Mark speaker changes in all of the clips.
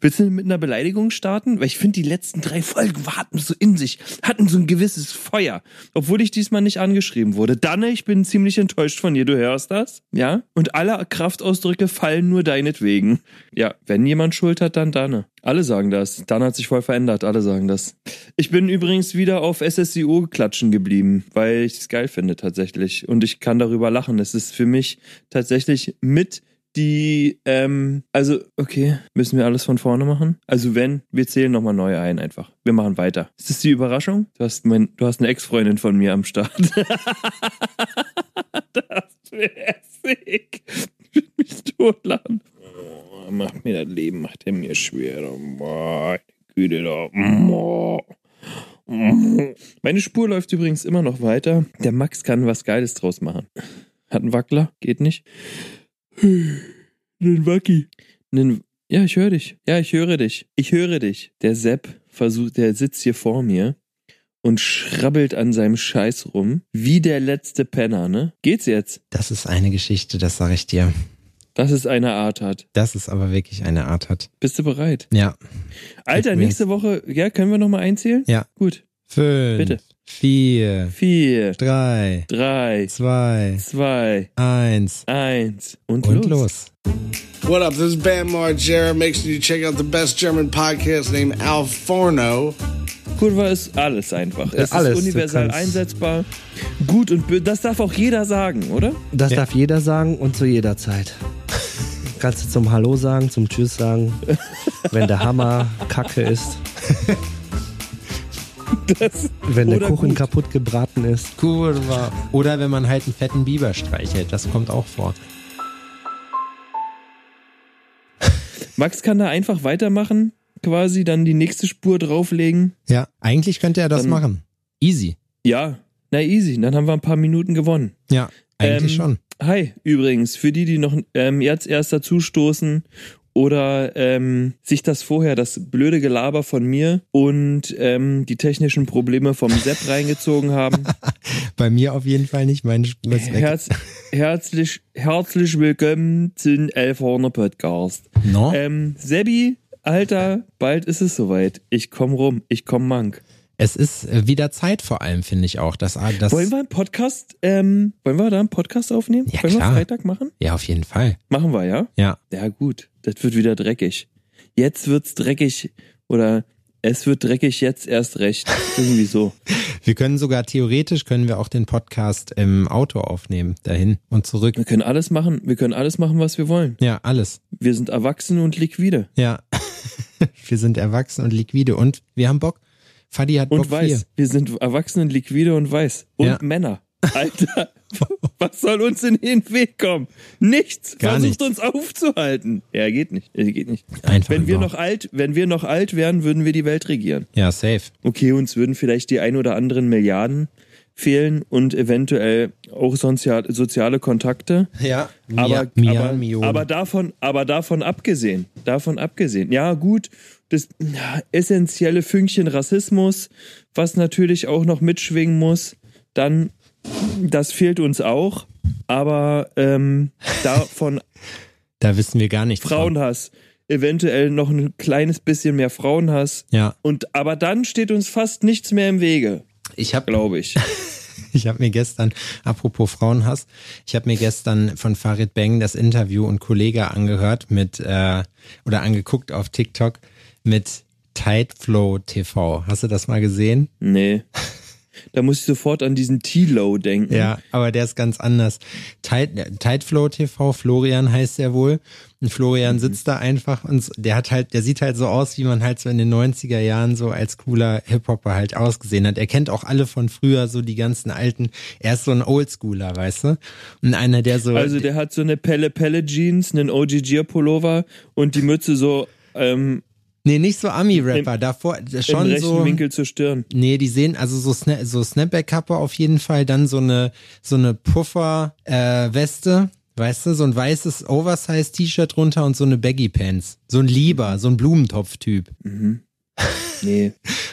Speaker 1: Willst du mit einer Beleidigung starten? Weil ich finde, die letzten drei Folgen warten so in sich, hatten so ein gewisses Feuer. Obwohl ich diesmal nicht angeschrieben wurde. Danne, ich bin ziemlich enttäuscht von dir, du hörst das? Ja? Und alle Kraftausdrücke fallen nur deinetwegen. Ja, wenn jemand Schuld hat, dann Danne. Alle sagen das. Danne hat sich voll verändert, alle sagen das. Ich bin übrigens wieder auf SSCO klatschen geblieben, weil ich es geil finde tatsächlich. Und ich kann darüber lachen. Es ist für mich tatsächlich mit die, ähm, also, okay, müssen wir alles von vorne machen? Also wenn, wir zählen nochmal neu ein einfach. Wir machen weiter. Ist das die Überraschung? Du hast, mein, du hast eine Ex-Freundin von mir am Start. das wäre sick. Ich würde mich totlachen. Oh, macht mir das Leben, macht er mir schwer. Boah, Güte da. Boah. Meine Spur läuft übrigens immer noch weiter. Der Max kann was Geiles draus machen. Hat einen Wackler? Geht nicht.
Speaker 2: Hm.
Speaker 1: Nen Wacki. Nen, ja, ich höre dich. Ja, ich höre dich. Ich höre dich. Der Sepp versucht, der sitzt hier vor mir und schrabbelt an seinem Scheiß rum, wie der letzte Penner, ne? Geht's jetzt?
Speaker 2: Das ist eine Geschichte, das sage ich dir.
Speaker 1: Das ist eine Art hat.
Speaker 2: Das ist aber wirklich eine Art hat.
Speaker 1: Bist du bereit?
Speaker 2: Ja.
Speaker 1: Alter,
Speaker 2: Gib mir-
Speaker 1: nächste Woche, ja, können wir nochmal einzählen?
Speaker 2: Ja.
Speaker 1: Gut.
Speaker 2: Fünf,
Speaker 1: Bitte.
Speaker 2: vier,
Speaker 1: Vier,
Speaker 2: drei,
Speaker 1: drei,
Speaker 2: zwei,
Speaker 1: zwei,
Speaker 2: eins
Speaker 1: eins und,
Speaker 2: und
Speaker 1: los.
Speaker 2: los.
Speaker 3: What up? This is Bam Margera. Make sure you check out the best German podcast named Al Forno.
Speaker 1: Kurva ist alles einfach. Es
Speaker 2: Äh, alles,
Speaker 1: ist
Speaker 2: du
Speaker 1: universal
Speaker 2: kannst-
Speaker 1: einsetzbar. Gut und bö- das darf auch jeder sagen, oder?
Speaker 4: Das darf jeder sagen und zu jeder Zeit. Kannst du zum Hallo sagen, zum Tschüss sagen, wenn der Hammer kacke ist,
Speaker 1: Das,
Speaker 4: wenn der
Speaker 1: Oder
Speaker 4: Kuchen
Speaker 1: gut.
Speaker 4: kaputt gebraten ist.
Speaker 2: Kurva. Oder wenn man halt einen fetten Biber streichelt, das kommt auch vor.
Speaker 1: Max kann da einfach weitermachen, quasi dann die nächste Spur drauflegen.
Speaker 2: Ja, eigentlich könnte er das
Speaker 1: Dann-
Speaker 2: machen. Easy.
Speaker 1: Ja, na easy, dann haben wir ein paar Minuten gewonnen.
Speaker 2: Ja, eigentlich
Speaker 1: Ähm,
Speaker 2: schon.
Speaker 1: Hi, übrigens, für die, die noch ähm, jetzt erst dazustoßen oder ähm, sich das vorher, das blöde Gelaber von mir und ähm, die technischen Probleme vom Sepp reingezogen haben.
Speaker 2: Bei mir auf jeden Fall nicht. Meine Spur ist weg.
Speaker 1: Herz, herzlich, herzlich willkommen zum 1100 Podcast.
Speaker 2: no?
Speaker 1: Ähm, Sebi, Alter, bald ist es soweit. Ich komm rum, ich komm mank.
Speaker 2: es ist äh, wieder Zeit vor allem, finde ich auch. Dass, ah, das,
Speaker 1: Wollen wir einen Podcast, ähm, wollen wir da einen Podcast aufnehmen?
Speaker 2: Ja,
Speaker 1: wollen
Speaker 2: klar.
Speaker 1: wir Freitag machen?
Speaker 2: ja, auf jeden Fall.
Speaker 1: Machen wir, ja?
Speaker 2: Ja,
Speaker 1: Ja, gut. Das wird wieder dreckig. Jetzt wird's dreckig oder es wird dreckig jetzt erst recht. Irgendwie so.
Speaker 2: wir können sogar theoretisch können wir auch den Podcast im Auto aufnehmen, dahin und zurück.
Speaker 1: Wir können alles machen. Wir können alles machen, was wir wollen.
Speaker 2: Ja, alles.
Speaker 1: Wir sind erwachsen und liquide.
Speaker 2: Ja. wir sind erwachsen und liquide und wir haben Bock. Fadi hat
Speaker 1: Und
Speaker 2: Bock
Speaker 1: weiß.
Speaker 2: vier.
Speaker 1: Wir sind erwachsen und liquide und weiß. Und
Speaker 2: Ja.
Speaker 1: Männer. Alter, was soll uns in den Weg kommen? Nichts.
Speaker 2: Gar
Speaker 1: Versucht uns
Speaker 2: nichts.
Speaker 1: aufzuhalten. Ja, geht nicht. Äh, Geht nicht.
Speaker 2: Einfach
Speaker 1: Wenn wir
Speaker 2: nur.
Speaker 1: noch alt, wenn wir noch alt wären, würden wir die Welt regieren.
Speaker 2: Ja, safe.
Speaker 1: Okay, uns würden vielleicht die ein oder anderen Milliarden fehlen und eventuell auch sozial, soziale Kontakte.
Speaker 2: Ja.
Speaker 1: Aber,
Speaker 2: Mia,
Speaker 1: aber,
Speaker 2: Millionen.
Speaker 1: aber davon, aber davon abgesehen, davon abgesehen. Ja, gut, das ja, essentielle Fünkchen Rassismus, was natürlich auch noch mitschwingen muss, dann, das fehlt uns auch. Aber ähm, davon
Speaker 2: da wissen wir gar nichts. von.
Speaker 1: Frauenhass, eventuell noch ein kleines bisschen mehr Frauenhass.
Speaker 2: Ja.
Speaker 1: Und aber dann steht uns fast nichts mehr im Wege,
Speaker 2: Ich habe
Speaker 1: glaube ich.
Speaker 2: Ich habe mir gestern, apropos Frauenhass, ich habe mir gestern von Farid Beng das Interview und Kollege angehört mit äh, oder angeguckt auf TikTok mit Tideflow TV. Hast du das mal gesehen?
Speaker 1: Nee. Da muss ich sofort an diesen T-Low denken.
Speaker 2: Ja, aber der ist ganz anders. Tide, Tideflow TV, Florian heißt er wohl. Und
Speaker 1: Mhm.
Speaker 2: Florian sitzt da einfach und s- der hat halt, der sieht halt so aus, wie man halt so in den 90er Jahren so als cooler Hip-Hopper halt ausgesehen hat. Er kennt auch alle von früher, so die ganzen alten. Er ist so ein Oldschooler, weißt du? Und einer, der so.
Speaker 1: Also der hat so eine Pelle Pelle Jeans, einen OGG Pullover und die Mütze so ähm,
Speaker 2: nee, nicht so Ami-Rapper, davor
Speaker 1: im
Speaker 2: schon
Speaker 1: rechten
Speaker 2: so.
Speaker 1: Winkel zur Stirn.
Speaker 2: Nee, die sehen also so, Sna so Snapback-Kappe auf jeden Fall, dann so eine, so eine Puffer-Weste, weißt du, so ein weißes Oversize-T-Shirt drunter und so eine Baggy-Pants. So ein Lieber, so ein Blumentopf-Typ.
Speaker 1: Nee.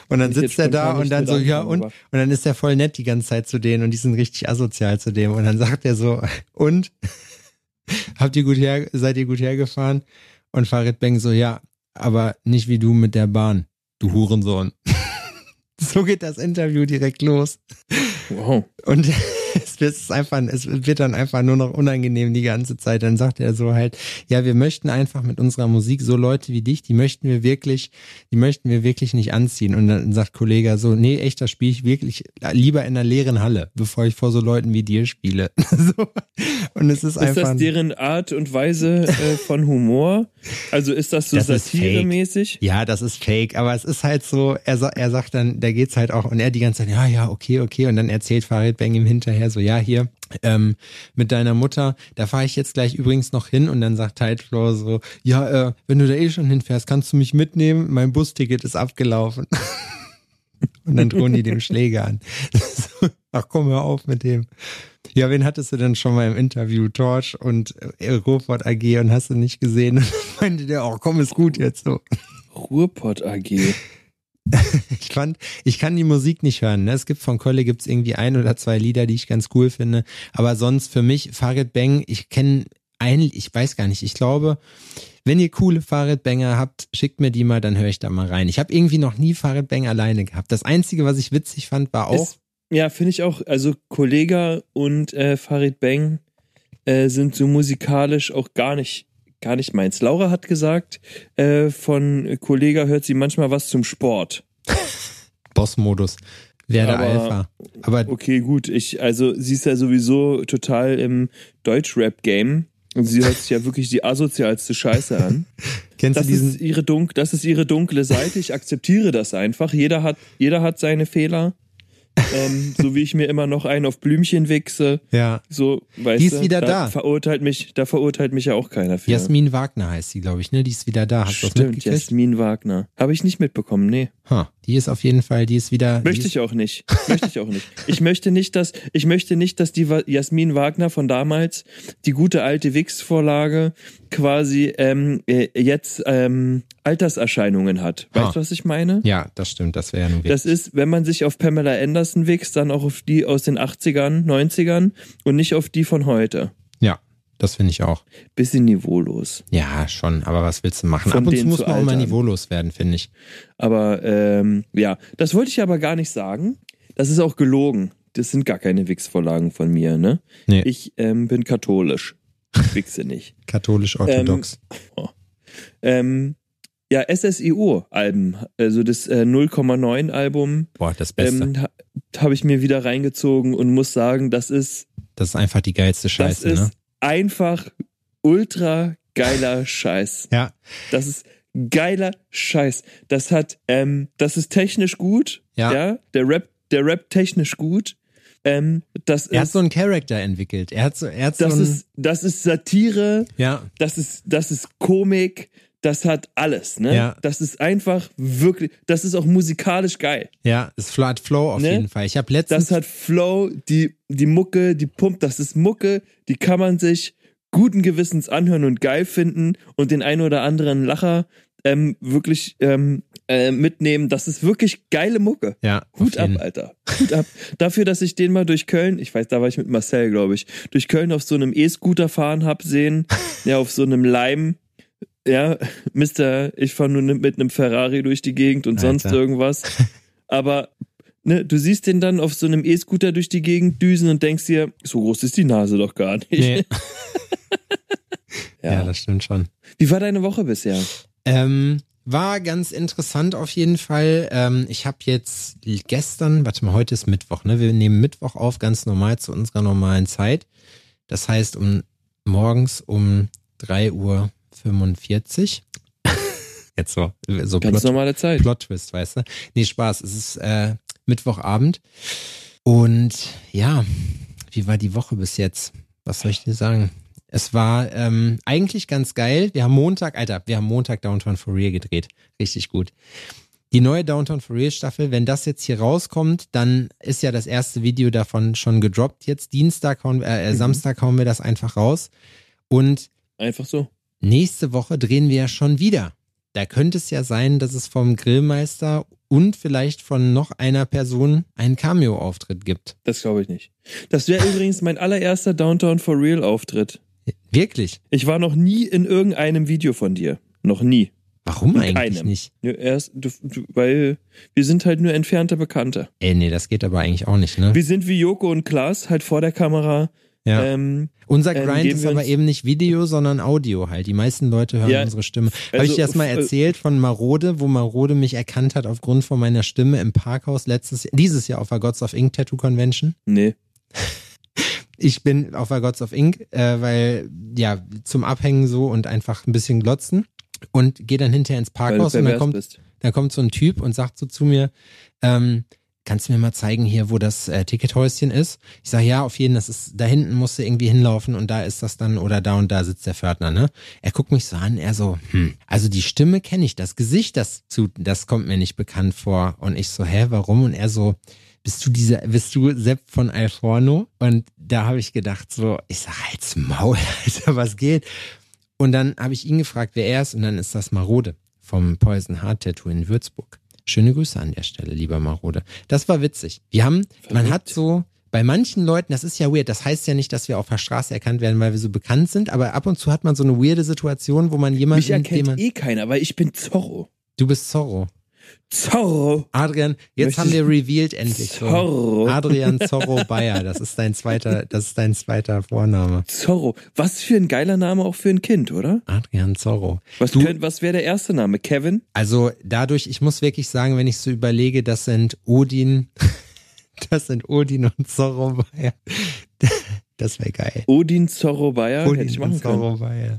Speaker 2: Und dann
Speaker 1: Ich jetzt
Speaker 2: sitzt er da
Speaker 1: spontan
Speaker 2: und dann
Speaker 1: nicht
Speaker 2: so,
Speaker 1: mit
Speaker 2: ja, und,
Speaker 1: anfangen,
Speaker 2: und dann ist er voll nett die ganze Zeit zu denen und die sind richtig asozial zu dem. Und dann sagt er so, und? Habt ihr gut her, seid ihr gut hergefahren? Und Farid Beng so, ja. aber nicht wie du mit der Bahn, du Hurensohn. so geht das Interview direkt los.
Speaker 1: Wow.
Speaker 2: Und es ist einfach, es wird dann einfach nur noch unangenehm die ganze Zeit. Dann sagt er so halt, ja, wir möchten einfach mit unserer Musik so Leute wie dich, die möchten wir wirklich, die möchten wir wirklich nicht anziehen. Und dann sagt Kollege so, nee, echt, das spiele ich wirklich lieber in einer leeren Halle, bevor ich vor so Leuten wie dir spiele. so. Und es ist,
Speaker 1: Ist
Speaker 2: einfach.
Speaker 1: das deren Art und Weise äh, von Humor? Also ist das so
Speaker 2: Das ist fake.
Speaker 1: satiremäßig?
Speaker 2: Ja, das ist fake, aber es ist halt so, er, sa- er sagt dann, da geht's halt auch, und er die ganze Zeit, ja, ja, okay, okay, und dann erzählt Farid Bang ihm hinterher so, ja, hier, ähm, mit deiner Mutter, da fahre ich jetzt gleich übrigens noch hin, und dann sagt Tideflow so, ja, äh, wenn du da eh schon hinfährst, kannst du mich mitnehmen, mein Busticket ist abgelaufen. und dann drohen die dem Schläger an. So, Ach komm, hör auf mit dem. Ja, wen hattest du denn schon mal im Interview? Torch und äh, Ruhrpott AG und hast du nicht gesehen? Und dann meinte der, oh komm, ist gut jetzt so.
Speaker 1: Ruhrpott AG.
Speaker 2: Ich fand, ich kann die Musik nicht hören. Ne? Es gibt von Kolle gibt's irgendwie ein oder zwei Lieder, die ich ganz cool finde. Aber sonst für mich Farid Bang, ich kenne ein, ich weiß gar nicht. Ich glaube, wenn ihr coole Farid Banger habt, schickt mir die mal, dann höre ich da mal rein. Ich habe irgendwie noch nie Farid Bang alleine gehabt. Das einzige, was ich witzig fand, war auch
Speaker 1: Ist, ja, finde ich auch. Also Kollega und äh, Farid Bang äh, sind so musikalisch auch gar nicht, gar nicht meins. Laura hat gesagt, äh, von Kollega hört sie manchmal was zum Sport.
Speaker 2: Boss-Modus. Werder
Speaker 1: Aber-
Speaker 2: Alpha. Aber
Speaker 1: Okay, gut. Ich, also sie ist ja sowieso total im Deutschrap-Game. Und sie hört sich ja wirklich die asozialste Scheiße an.
Speaker 2: kennst du
Speaker 1: Das
Speaker 2: diesen?
Speaker 1: ist, ihre dunk das ist ihre dunkle Seite. Ich akzeptiere das einfach. Jeder hat, jeder hat seine Fehler. Ähm, so wie ich mir immer noch einen auf Blümchen wichse.
Speaker 2: ja.
Speaker 1: So, weißt
Speaker 2: Die ist
Speaker 1: du,
Speaker 2: wieder da.
Speaker 1: Verurteilt mich, da verurteilt mich ja auch keiner für.
Speaker 2: Jasmin Wagner heißt sie, glaube ich, ne? Die ist wieder da. Hast du das
Speaker 1: Stimmt,
Speaker 2: mitgekriegt?
Speaker 1: Jasmin Wagner. Habe ich nicht mitbekommen, nee.
Speaker 2: Ha, die ist auf jeden Fall, die ist wieder. die
Speaker 1: Möchte
Speaker 2: ist,
Speaker 1: ich auch nicht. Möchte ich auch nicht. Ich möchte nicht, dass, ich möchte nicht, dass die Wa- Jasmin Wagner von damals, die gute alte Wix-Vorlage, quasi ähm, äh, jetzt ähm, Alterserscheinungen hat. Weißt
Speaker 2: Ha.
Speaker 1: du, was ich meine?
Speaker 2: Ja, das stimmt. Das wäre ja nun
Speaker 1: Das ist, wenn man sich auf Pamela Anderson wächst, dann auch auf die aus den 80ern, 90ern und nicht auf die von heute.
Speaker 2: Ja, das finde ich auch.
Speaker 1: Bisschen niveaulos.
Speaker 2: Ja, schon, aber was willst du machen?
Speaker 1: Von
Speaker 2: Ab und zu
Speaker 1: denen
Speaker 2: muss
Speaker 1: zu
Speaker 2: man auch mal
Speaker 1: altern.
Speaker 2: niveaulos werden, finde ich.
Speaker 1: Aber ähm, ja, das wollte ich aber gar nicht sagen. Das ist auch gelogen. Das sind gar keine Wix-Vorlagen von mir, ne?
Speaker 2: Nee.
Speaker 1: Ich ähm, bin katholisch. Ich wichse nicht.
Speaker 2: Katholisch-orthodox.
Speaker 1: Ähm, ja, SSIO-Alben, also das äh, 0,9-Album,
Speaker 2: Boah, das Beste.
Speaker 1: ähm, ha, habe ich mir wieder reingezogen und muss sagen, das ist,
Speaker 2: das ist einfach die geilste Scheiße,
Speaker 1: das ist
Speaker 2: ne?
Speaker 1: einfach ultra geiler Scheiß.
Speaker 2: Ja,
Speaker 1: Das ist geiler Scheiß. Das hat, ähm, das ist technisch gut.
Speaker 2: Ja.
Speaker 1: der Rap, der Rap technisch gut. Ähm, das
Speaker 2: er hat
Speaker 1: ist,
Speaker 2: so einen Charakter entwickelt. Er hat so, er hat
Speaker 1: das
Speaker 2: so einen,
Speaker 1: ist, das ist Satire.
Speaker 2: ja,
Speaker 1: Das ist, das ist Komik. Das hat alles, ne?
Speaker 2: Ja.
Speaker 1: Das ist einfach wirklich, das ist auch musikalisch geil.
Speaker 2: ja, es fl- hat Flow auf
Speaker 1: Ne?
Speaker 2: jeden Fall. Ich habe letztens,
Speaker 1: Das hat Flow, die, die Mucke, die pumpt, das ist Mucke, die kann man sich guten Gewissens anhören und geil finden und den einen oder anderen Lacher ähm, wirklich ähm, äh, mitnehmen. Das ist wirklich geile Mucke.
Speaker 2: ja, auf
Speaker 1: Hut ab,
Speaker 2: jeden-
Speaker 1: Alter. Hut ab. Dafür, dass ich den mal durch Köln, ich weiß, da war ich mit Marcel, glaube ich, durch Köln auf so einem E-Scooter fahren hab sehen, ja, auf so einem Leim. Ja, Mister, ich fahre nur mit einem Ferrari durch die Gegend und sonst
Speaker 2: Alter.
Speaker 1: irgendwas. Aber ne, du siehst den dann auf so einem E-Scooter durch die Gegend düsen und denkst dir, so groß ist die Nase doch gar nicht.
Speaker 2: Nee, ja.
Speaker 1: Ja.
Speaker 2: das stimmt schon.
Speaker 1: Wie war deine Woche bisher?
Speaker 2: Ähm, war ganz interessant auf jeden Fall. Ähm, ich habe jetzt gestern, warte mal, heute ist Mittwoch, ne? Wir nehmen Mittwoch auf, ganz normal zu unserer normalen Zeit. Das heißt um morgens um 3.45 Uhr. Jetzt so, so
Speaker 1: Ganz
Speaker 2: Plot-
Speaker 1: normale Zeit.
Speaker 2: Plot-Twist, weißt du? Nee, Spaß. Es ist äh, Mittwochabend. Und ja, wie war die Woche bis jetzt? Was soll ich dir sagen? Es war ähm, eigentlich ganz geil. Wir haben Montag, Alter, wir haben Montag Downtown for Real gedreht. Richtig gut. Die neue Downtown for Real Staffel, wenn das jetzt hier rauskommt, dann ist ja das erste Video davon schon gedroppt. Jetzt Dienstag, hauen, wir- äh, äh, Samstag hauen wir das einfach raus. Und
Speaker 1: Einfach so.
Speaker 2: Nächste Woche drehen wir ja schon wieder. Da könnte es ja sein, dass es vom Grillmeister und vielleicht von noch einer Person einen Cameo-Auftritt gibt.
Speaker 1: Das glaube ich nicht. Das wäre übrigens mein allererster Downtown for Real Auftritt.
Speaker 2: Wirklich?
Speaker 1: Ich war noch nie in irgendeinem Video von dir. Noch nie.
Speaker 2: Warum eigentlich
Speaker 1: keinem.
Speaker 2: nicht?
Speaker 1: Ja, erst, du, du, weil wir sind halt nur entfernte Bekannte.
Speaker 2: Ey, nee, das geht aber eigentlich auch nicht, ne?
Speaker 1: Wir sind wie Joko und Klaas, halt vor der Kamera.
Speaker 2: Ja.
Speaker 1: Ähm,
Speaker 2: Unser
Speaker 1: ähm,
Speaker 2: Grind
Speaker 1: geben
Speaker 2: ist
Speaker 1: wir
Speaker 2: aber
Speaker 1: uns-
Speaker 2: eben nicht Video, sondern Audio halt. Die meisten Leute hören
Speaker 1: Ja,
Speaker 2: unsere Stimme. Habe
Speaker 1: also,
Speaker 2: ich dir das mal
Speaker 1: äh,
Speaker 2: erzählt von Marode, wo Marode mich erkannt hat aufgrund von meiner Stimme im Parkhaus letztes dieses Jahr auf der Gods of Ink Tattoo Convention?
Speaker 1: nee.
Speaker 2: Ich bin auf der Gods of Ink, äh, weil ja zum Abhängen so und einfach ein bisschen glotzen und gehe dann hinterher ins
Speaker 1: Weil du
Speaker 2: Parkhaus und dann
Speaker 1: pervers
Speaker 2: kommt
Speaker 1: bist.
Speaker 2: Da kommt so ein Typ und sagt so zu mir, ähm, kannst du mir mal zeigen hier, wo das äh, Tickethäuschen ist? Ich sage, ja, auf jeden, das ist, da hinten musst du irgendwie hinlaufen und da ist das dann oder da und da sitzt der Pförtner, ne? Er guckt mich so an, er so, hm, also die Stimme kenne ich, das Gesicht, das zu, das kommt mir nicht bekannt vor. Und ich so, hä, warum? Und er so, bist du dieser, bist du Sepp von Alforno? Und da habe ich gedacht so, ich sag, halt's Maul, Alter, was geht? Und dann habe ich ihn gefragt, wer er ist, und dann ist das Marode vom Poison Heart Tattoo in Würzburg. Schöne Grüße an der Stelle, lieber Marode. Das war witzig. Wir haben, man hat so, bei manchen Leuten, das ist ja weird, das heißt ja nicht, dass wir auf der Straße erkannt werden, weil wir so bekannt sind, aber ab und zu hat man so eine weirde Situation, wo man jemanden,
Speaker 1: Mich
Speaker 2: den
Speaker 1: erkennt
Speaker 2: man,
Speaker 1: eh keiner, weil ich bin Zorro.
Speaker 2: du bist Zorro.
Speaker 1: Zorro.
Speaker 2: Adrian,
Speaker 1: Möchtest-
Speaker 2: jetzt haben wir revealed endlich. so.
Speaker 1: Zorro.
Speaker 2: Adrian Zorro Bayer, das ist dein zweiter, das ist dein zweiter Vorname.
Speaker 1: Zorro. Was für ein geiler Name auch für ein Kind, oder?
Speaker 2: Adrian Zorro.
Speaker 1: Was,
Speaker 2: Du-
Speaker 1: könnt- was wäre der erste Name? Kevin?
Speaker 2: Also dadurch, ich muss wirklich sagen, wenn ich so überlege, das sind Odin, das sind Odin und Zorro Bayer. Das wäre geil.
Speaker 1: Odin Zorro Bayer?
Speaker 2: Odin
Speaker 1: Hätte ich
Speaker 2: und
Speaker 1: machen können.
Speaker 2: Zorro Bayer.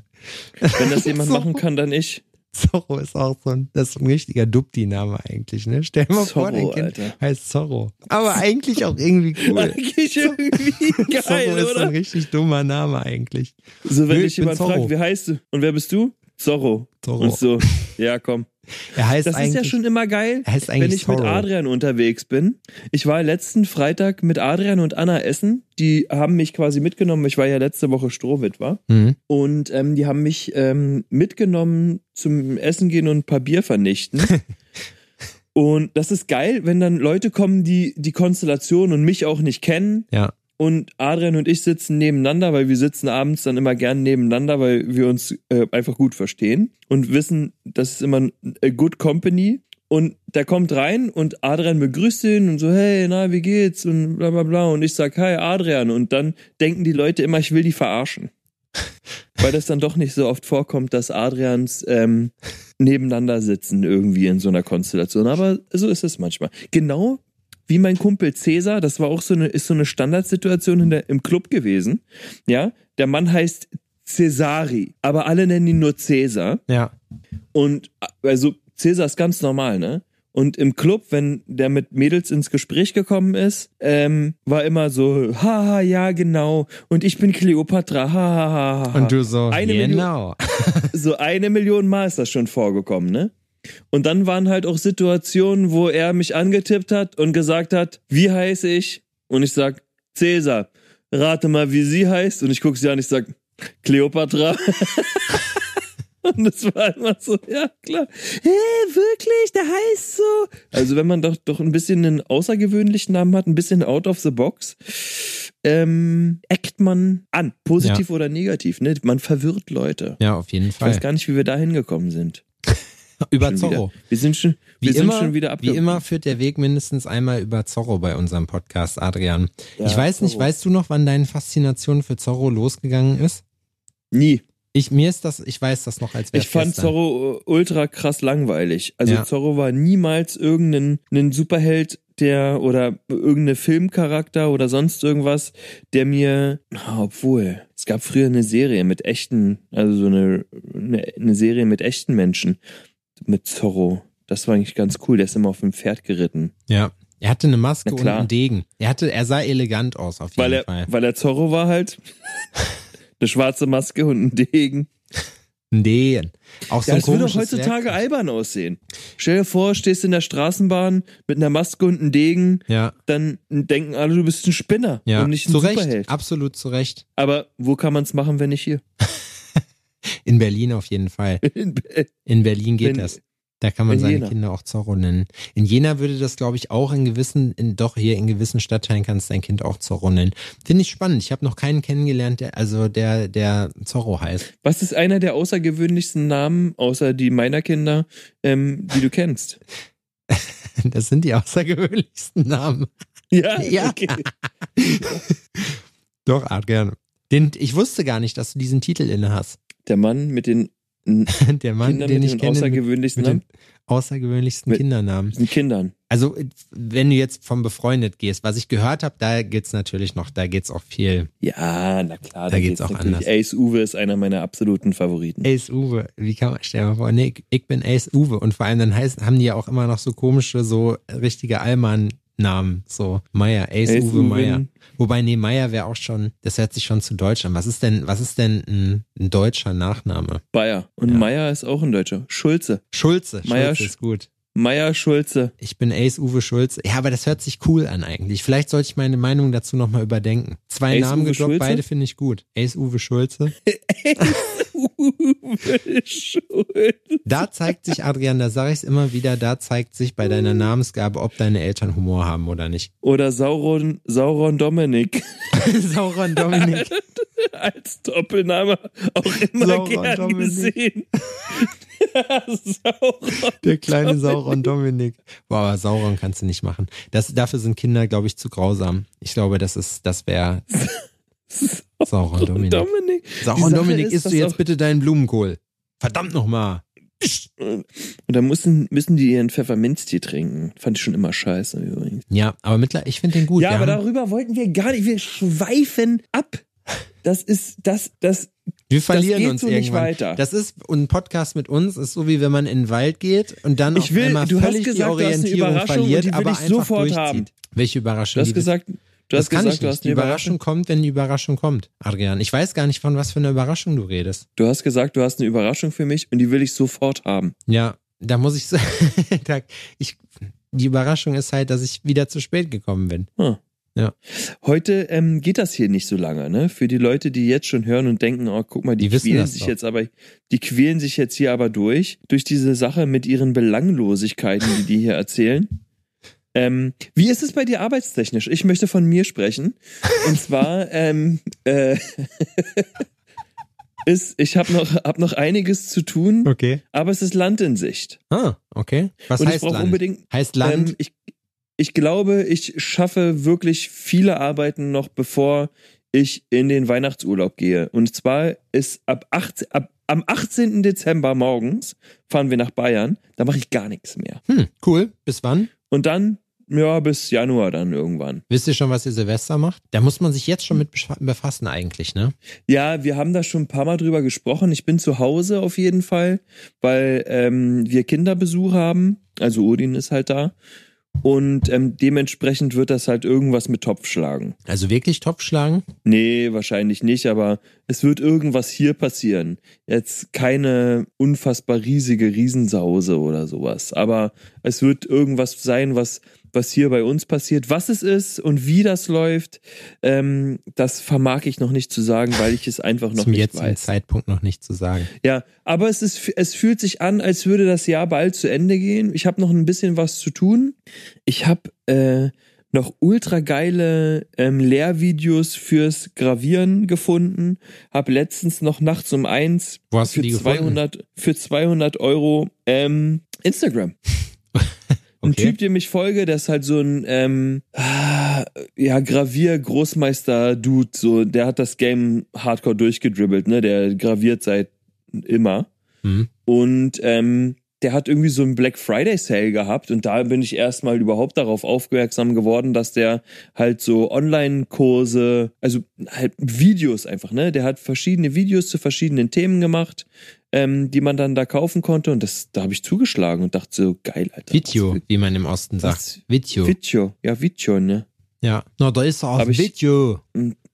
Speaker 1: Wenn das jemand machen kann, dann ich.
Speaker 2: Zorro ist auch so ein, das ist ein richtiger Dupti-Name eigentlich, ne? Stell dir mal vor, dein
Speaker 1: Zorro,
Speaker 2: Kind
Speaker 1: Alter.
Speaker 2: heißt Zorro. Aber eigentlich auch irgendwie cool.
Speaker 1: Eigentlich irgendwie
Speaker 2: Zorro
Speaker 1: geil,
Speaker 2: ist so ein
Speaker 1: oder?
Speaker 2: richtig dummer Name eigentlich.
Speaker 1: So, wenn
Speaker 2: Nö,
Speaker 1: dich
Speaker 2: ich bin
Speaker 1: jemand
Speaker 2: Zorro.
Speaker 1: fragt, wie heißt du? Und wer bist du? Zorro.
Speaker 2: Zorro.
Speaker 1: Und so, ja, komm.
Speaker 2: Er heißt
Speaker 1: Das ist
Speaker 2: eigentlich,
Speaker 1: ja schon immer geil,
Speaker 2: heißt
Speaker 1: wenn
Speaker 2: eigentlich
Speaker 1: ich mit
Speaker 2: Zorro.
Speaker 1: Adrian unterwegs bin. Ich war letzten Freitag mit Adrian und Anna essen. Die haben mich quasi mitgenommen. Ich war ja letzte Woche Strohwitwer.
Speaker 2: Mhm.
Speaker 1: Und ähm, die haben mich ähm, mitgenommen zum Essen gehen und ein paar Bier vernichten. und das ist geil, wenn dann Leute kommen, die die Konstellation und mich auch nicht kennen.
Speaker 2: Ja.
Speaker 1: Und Adrian und ich sitzen nebeneinander, weil wir sitzen abends dann immer gern nebeneinander, weil wir uns äh, einfach gut verstehen und wissen, das ist immer ein a good company. Und der kommt rein und Adrian begrüßt ihn und so, hey, na, wie geht's? Und bla bla bla. Und ich sag, hi, Adrian. Und dann denken die Leute immer, ich will die verarschen. Weil das dann doch nicht so oft vorkommt, dass Adrians ähm, nebeneinander sitzen irgendwie in so einer Konstellation. Aber so ist es manchmal. Genau wie mein Kumpel Cäsar, das war auch so eine, ist so eine Standardsituation in der, im Club gewesen. Ja, der Mann heißt Cäsari, aber alle nennen ihn nur Cäsar.
Speaker 2: Ja.
Speaker 1: Und also Cäsar ist ganz normal, ne? Und im Club, wenn der mit Mädels ins Gespräch gekommen ist, ähm, war immer so, haha, ja, genau. Und ich bin Cleopatra, hahaha. Ha, ha, ha.
Speaker 2: Und du so,
Speaker 1: Äh, Eine Million-
Speaker 2: genau.
Speaker 1: So eine Million Mal ist das schon vorgekommen, ne? Und dann waren halt auch Situationen, wo er mich angetippt hat und gesagt hat, wie heiße ich? Und ich sag, Cäsar, rate mal, wie sie heißt. Und ich guck sie an, ich sag, Cleopatra. und das war immer so, ja klar. Hä, wirklich? Der heißt so. Also wenn man doch, doch ein bisschen einen außergewöhnlichen Namen hat, ein bisschen out of the box, ähm, eckt man an. Positiv oder negativ, ne? Man verwirrt Leute.
Speaker 2: Ja, auf jeden
Speaker 1: Ich weiß
Speaker 2: Fall.
Speaker 1: gar nicht, wie wir da hingekommen sind.
Speaker 2: Über
Speaker 1: Schon
Speaker 2: Zorro.
Speaker 1: wieder. Wir sind schon,
Speaker 2: Wie
Speaker 1: wir
Speaker 2: immer,
Speaker 1: sind schon wieder
Speaker 2: wie
Speaker 1: abgekommen.
Speaker 2: immer führt der Weg mindestens einmal über Zorro bei unserem Podcast, Adrian.
Speaker 1: Ja,
Speaker 2: ich weiß nicht,
Speaker 1: Zorro.
Speaker 2: weißt du noch, wann deine Faszination für Zorro losgegangen ist?
Speaker 1: Nie.
Speaker 2: Ich mir ist das, ich weiß das noch als
Speaker 1: Ich fand
Speaker 2: gestern.
Speaker 1: Zorro äh, ultra krass langweilig. Also
Speaker 2: Ja.
Speaker 1: Zorro war niemals irgendein ein Superheld, der oder irgendein Filmcharakter oder sonst irgendwas, der mir, Ah, obwohl, es gab früher eine Serie mit echten, also so eine, eine, eine Serie mit echten Menschen mit Zorro. Das war eigentlich ganz cool. Der ist immer auf dem Pferd geritten.
Speaker 2: Ja, er hatte eine Maske
Speaker 1: Na
Speaker 2: und
Speaker 1: klar.
Speaker 2: einen Degen. Er hatte, er sah elegant aus auf jeden
Speaker 1: Weil
Speaker 2: Fall.
Speaker 1: er, weil er Zorro war halt. eine schwarze Maske und ein Degen.
Speaker 2: Ein Degen. Auch so
Speaker 1: Ja,
Speaker 2: ein
Speaker 1: das würde doch
Speaker 2: komisches
Speaker 1: heutzutage
Speaker 2: Werkzeug.
Speaker 1: albern aussehen. Stell dir vor, stehst in der Straßenbahn mit einer Maske und einem Degen,
Speaker 2: Ja,
Speaker 1: dann denken alle, du bist ein Spinner
Speaker 2: ja.
Speaker 1: und nicht ein
Speaker 2: zu Recht,
Speaker 1: Superheld.
Speaker 2: absolut zu Recht.
Speaker 1: Aber wo kann man es machen, wenn nicht hier?
Speaker 2: In Berlin auf jeden Fall.
Speaker 1: In Berlin.
Speaker 2: In Berlin geht
Speaker 1: Wenn-
Speaker 2: das. Da kann man
Speaker 1: In
Speaker 2: seine
Speaker 1: Jena.
Speaker 2: Kinder auch Zorro nennen. In Jena würde das, glaube ich, auch in gewissen, in, doch hier in gewissen Stadtteilen kannst dein Kind auch Zorro nennen. Finde ich spannend. Ich habe noch keinen kennengelernt, der, also der, der Zorro heißt.
Speaker 1: Was ist einer der außergewöhnlichsten Namen, außer die meiner Kinder, ähm, die du kennst?
Speaker 2: Das sind die außergewöhnlichsten Namen.
Speaker 1: Ja?
Speaker 2: Ja.
Speaker 1: Okay.
Speaker 2: Doch, Art gerne. Den, ich wusste gar nicht, dass du diesen Titel inne hast.
Speaker 1: Der Mann mit den
Speaker 2: Der Mann,
Speaker 1: Kindern,
Speaker 2: den
Speaker 1: mit
Speaker 2: ich
Speaker 1: den
Speaker 2: kenne, mit,
Speaker 1: außergewöhnlichsten
Speaker 2: mit den
Speaker 1: Namen,
Speaker 2: außergewöhnlichsten
Speaker 1: Mit-
Speaker 2: Kindernamen.
Speaker 1: sind Kindern.
Speaker 2: Also, wenn du jetzt vom Befreundet gehst, was ich gehört habe, da geht's natürlich noch, da geht's auch viel.
Speaker 1: Ja, na klar,
Speaker 2: Da geht's auch
Speaker 1: natürlich.
Speaker 2: anders.
Speaker 1: Ace Uwe ist einer meiner absoluten Favoriten.
Speaker 2: Ace Uwe, wie kann man, stell dir mal vor, nee, ich, ich bin Ace Uwe. Und vor allem dann heißen, haben die ja auch immer noch so komische, so richtige Allmann-Namen. So, Meier, Ace,
Speaker 1: Ace
Speaker 2: Uwe
Speaker 1: Uwe.
Speaker 2: Meier. Wobei, nee, Meier wäre auch schon, das hört sich schon zu deutsch an. Was ist denn, was ist denn ein, ein deutscher Nachname?
Speaker 1: Bayer. Und
Speaker 2: Ja.
Speaker 1: Meier ist auch ein Deutscher. Schulze.
Speaker 2: Schulze,
Speaker 1: Meier
Speaker 2: Schulze
Speaker 1: Sch-
Speaker 2: ist gut.
Speaker 1: Meier Schulze.
Speaker 2: Ich bin Ace Uwe Schulze. Ja, aber das hört sich cool an eigentlich. Vielleicht sollte ich meine Meinung dazu nochmal überdenken. Zwei
Speaker 1: Ace
Speaker 2: Namen
Speaker 1: Uwe
Speaker 2: gedroppt,
Speaker 1: Schulze?
Speaker 2: beide finde ich gut. Ace Uwe Schulze.
Speaker 1: Uwe Schulze.
Speaker 2: Da zeigt sich, Adrian, da sage ich es immer wieder, da zeigt sich bei deiner Namensgabe, ob deine Eltern Humor haben oder nicht.
Speaker 1: Oder Sauron, Sauron Dominik.
Speaker 2: Sauron Dominik.
Speaker 1: Als Doppelname auch immer
Speaker 2: Sauron
Speaker 1: gern
Speaker 2: Dominik.
Speaker 1: gesehen. Sauron.
Speaker 2: Der kleine Sauron Dominik. Boah, aber Sauron kannst du nicht machen. Das, dafür sind Kinder, glaube ich, zu grausam. Ich glaube, das ist, das wäre Sauron
Speaker 1: Dominik.
Speaker 2: Dominik.
Speaker 1: Die
Speaker 2: Sauron
Speaker 1: Sache
Speaker 2: Dominik,
Speaker 1: ist,
Speaker 2: isst
Speaker 1: dass
Speaker 2: du jetzt
Speaker 1: auch-
Speaker 2: bitte deinen Blumenkohl? Verdammt nochmal.
Speaker 1: Und dann müssen, müssen die ihren Pfefferminztee trinken. Fand ich schon immer scheiße übrigens.
Speaker 2: Ja, aber mittlerweile, ich finde den gut.
Speaker 1: ja,
Speaker 2: Wir
Speaker 1: aber
Speaker 2: haben-
Speaker 1: darüber wollten wir gar nicht. Wir schweifen ab. Das ist, das, das,
Speaker 2: Wir verlieren
Speaker 1: geht
Speaker 2: uns
Speaker 1: so nicht
Speaker 2: irgendwann.
Speaker 1: weiter.
Speaker 2: Das ist und ein Podcast mit uns ist so wie wenn man in den Wald geht und dann
Speaker 1: Ich
Speaker 2: auf
Speaker 1: will-
Speaker 2: einmal
Speaker 1: du hast
Speaker 2: völlig
Speaker 1: gesagt,
Speaker 2: die
Speaker 1: du hast eine
Speaker 2: Orientierung
Speaker 1: Überraschung und
Speaker 2: verliert,
Speaker 1: die will
Speaker 2: aber
Speaker 1: ich
Speaker 2: einfach
Speaker 1: sofort
Speaker 2: durchzieht.
Speaker 1: haben.
Speaker 2: Welche
Speaker 1: du
Speaker 2: Überraschung?
Speaker 1: hast
Speaker 2: Die-
Speaker 1: gesagt, du
Speaker 2: das
Speaker 1: hast
Speaker 2: kann
Speaker 1: gesagt,
Speaker 2: ich
Speaker 1: du
Speaker 2: nicht.
Speaker 1: hast
Speaker 2: Die
Speaker 1: eine
Speaker 2: Überraschung
Speaker 1: Überraschung.
Speaker 2: kommt, wenn die Überraschung kommt, Adrian. Ich weiß gar nicht, von was für einer Überraschung du redest.
Speaker 1: Du hast gesagt, du hast eine Überraschung für mich und die will ich sofort haben.
Speaker 2: Ja, da muss ich sagen, da- ich, die Überraschung ist halt, dass ich wieder zu spät gekommen bin.
Speaker 1: Heute ähm, geht das hier nicht so lange, ne? Für die Leute, die jetzt schon hören und denken, oh, guck mal, die,
Speaker 2: Die wissen
Speaker 1: quälen
Speaker 2: das
Speaker 1: sich
Speaker 2: doch.
Speaker 1: jetzt aber, die quälen sich jetzt hier aber durch, durch diese Sache mit ihren Belanglosigkeiten, die die hier erzählen. Ähm, wie ist es bei dir arbeitstechnisch? Ich möchte von mir sprechen. Und zwar ähm, äh, ist, ich habe noch, hab noch einiges zu tun,
Speaker 2: Okay.
Speaker 1: aber es ist Land in Sicht.
Speaker 2: Ah, okay. Was
Speaker 1: und ich
Speaker 2: heißt
Speaker 1: brauche
Speaker 2: Land?
Speaker 1: unbedingt
Speaker 2: heißt Land?
Speaker 1: ähm, ich, ich glaube, ich schaffe wirklich viele Arbeiten noch, bevor ich in den Weihnachtsurlaub gehe. Und zwar ist ab 18, ab, am 18. Dezember morgens fahren wir nach Bayern. Da mache ich gar nichts mehr.
Speaker 2: hm, cool. Bis wann?
Speaker 1: Und dann, ja, bis Januar dann irgendwann.
Speaker 2: Wisst ihr schon, was ihr Silvester macht? Da muss man sich jetzt schon mit befa- befassen eigentlich, ne?
Speaker 1: Ja, wir haben da schon ein paar Mal drüber gesprochen. Ich bin zu Hause auf jeden Fall, weil ähm, wir Kinderbesuch haben. Also Odin ist halt da. Und ähm, dementsprechend wird das halt irgendwas mit Topf schlagen.
Speaker 2: Also wirklich Topf schlagen?
Speaker 1: Nee, wahrscheinlich nicht, aber es wird irgendwas hier passieren. Jetzt keine unfassbar riesige Riesensause oder sowas, aber es wird irgendwas sein, was, was hier bei uns passiert. Was es ist und wie das läuft, ähm, das vermag ich noch nicht zu sagen, weil ich es einfach noch
Speaker 2: Zum
Speaker 1: nicht
Speaker 2: jetzigen
Speaker 1: weiß.
Speaker 2: Zeitpunkt noch nicht zu sagen.
Speaker 1: Ja, aber es, ist, es fühlt sich an, als würde das Jahr bald zu Ende gehen. Ich habe noch ein bisschen was zu tun. Ich habe äh, noch ultra geile ähm, Lehrvideos fürs Gravieren gefunden. Habe letztens noch nachts um eins
Speaker 2: Wo hast
Speaker 1: für
Speaker 2: du die gefunden?
Speaker 1: 200, für 200 Euro ähm, Instagram. Ein
Speaker 2: Okay.
Speaker 1: Typ, dem ich folge, der ist halt so ein ähm, ah, ja, Gravier-Großmeister-Dude, so, der hat das Game hardcore durchgedribbelt, ne? Der graviert seit immer.
Speaker 2: Hm.
Speaker 1: Und ähm, der hat irgendwie so einen Black Friday Sale gehabt und da bin ich erstmal überhaupt darauf aufmerksam geworden, dass der halt so Online-Kurse, also halt Videos einfach, ne? Der hat verschiedene Videos zu verschiedenen Themen gemacht, ähm, die man dann da kaufen konnte und das, da habe ich zugeschlagen und dachte so, geil, Alter.
Speaker 2: Video, wie man im Osten sagt.
Speaker 1: Was,
Speaker 2: Video.
Speaker 1: Video, ja, Video, ne?
Speaker 2: Ja. Na, da ist auch
Speaker 1: Hab ich-
Speaker 2: Video.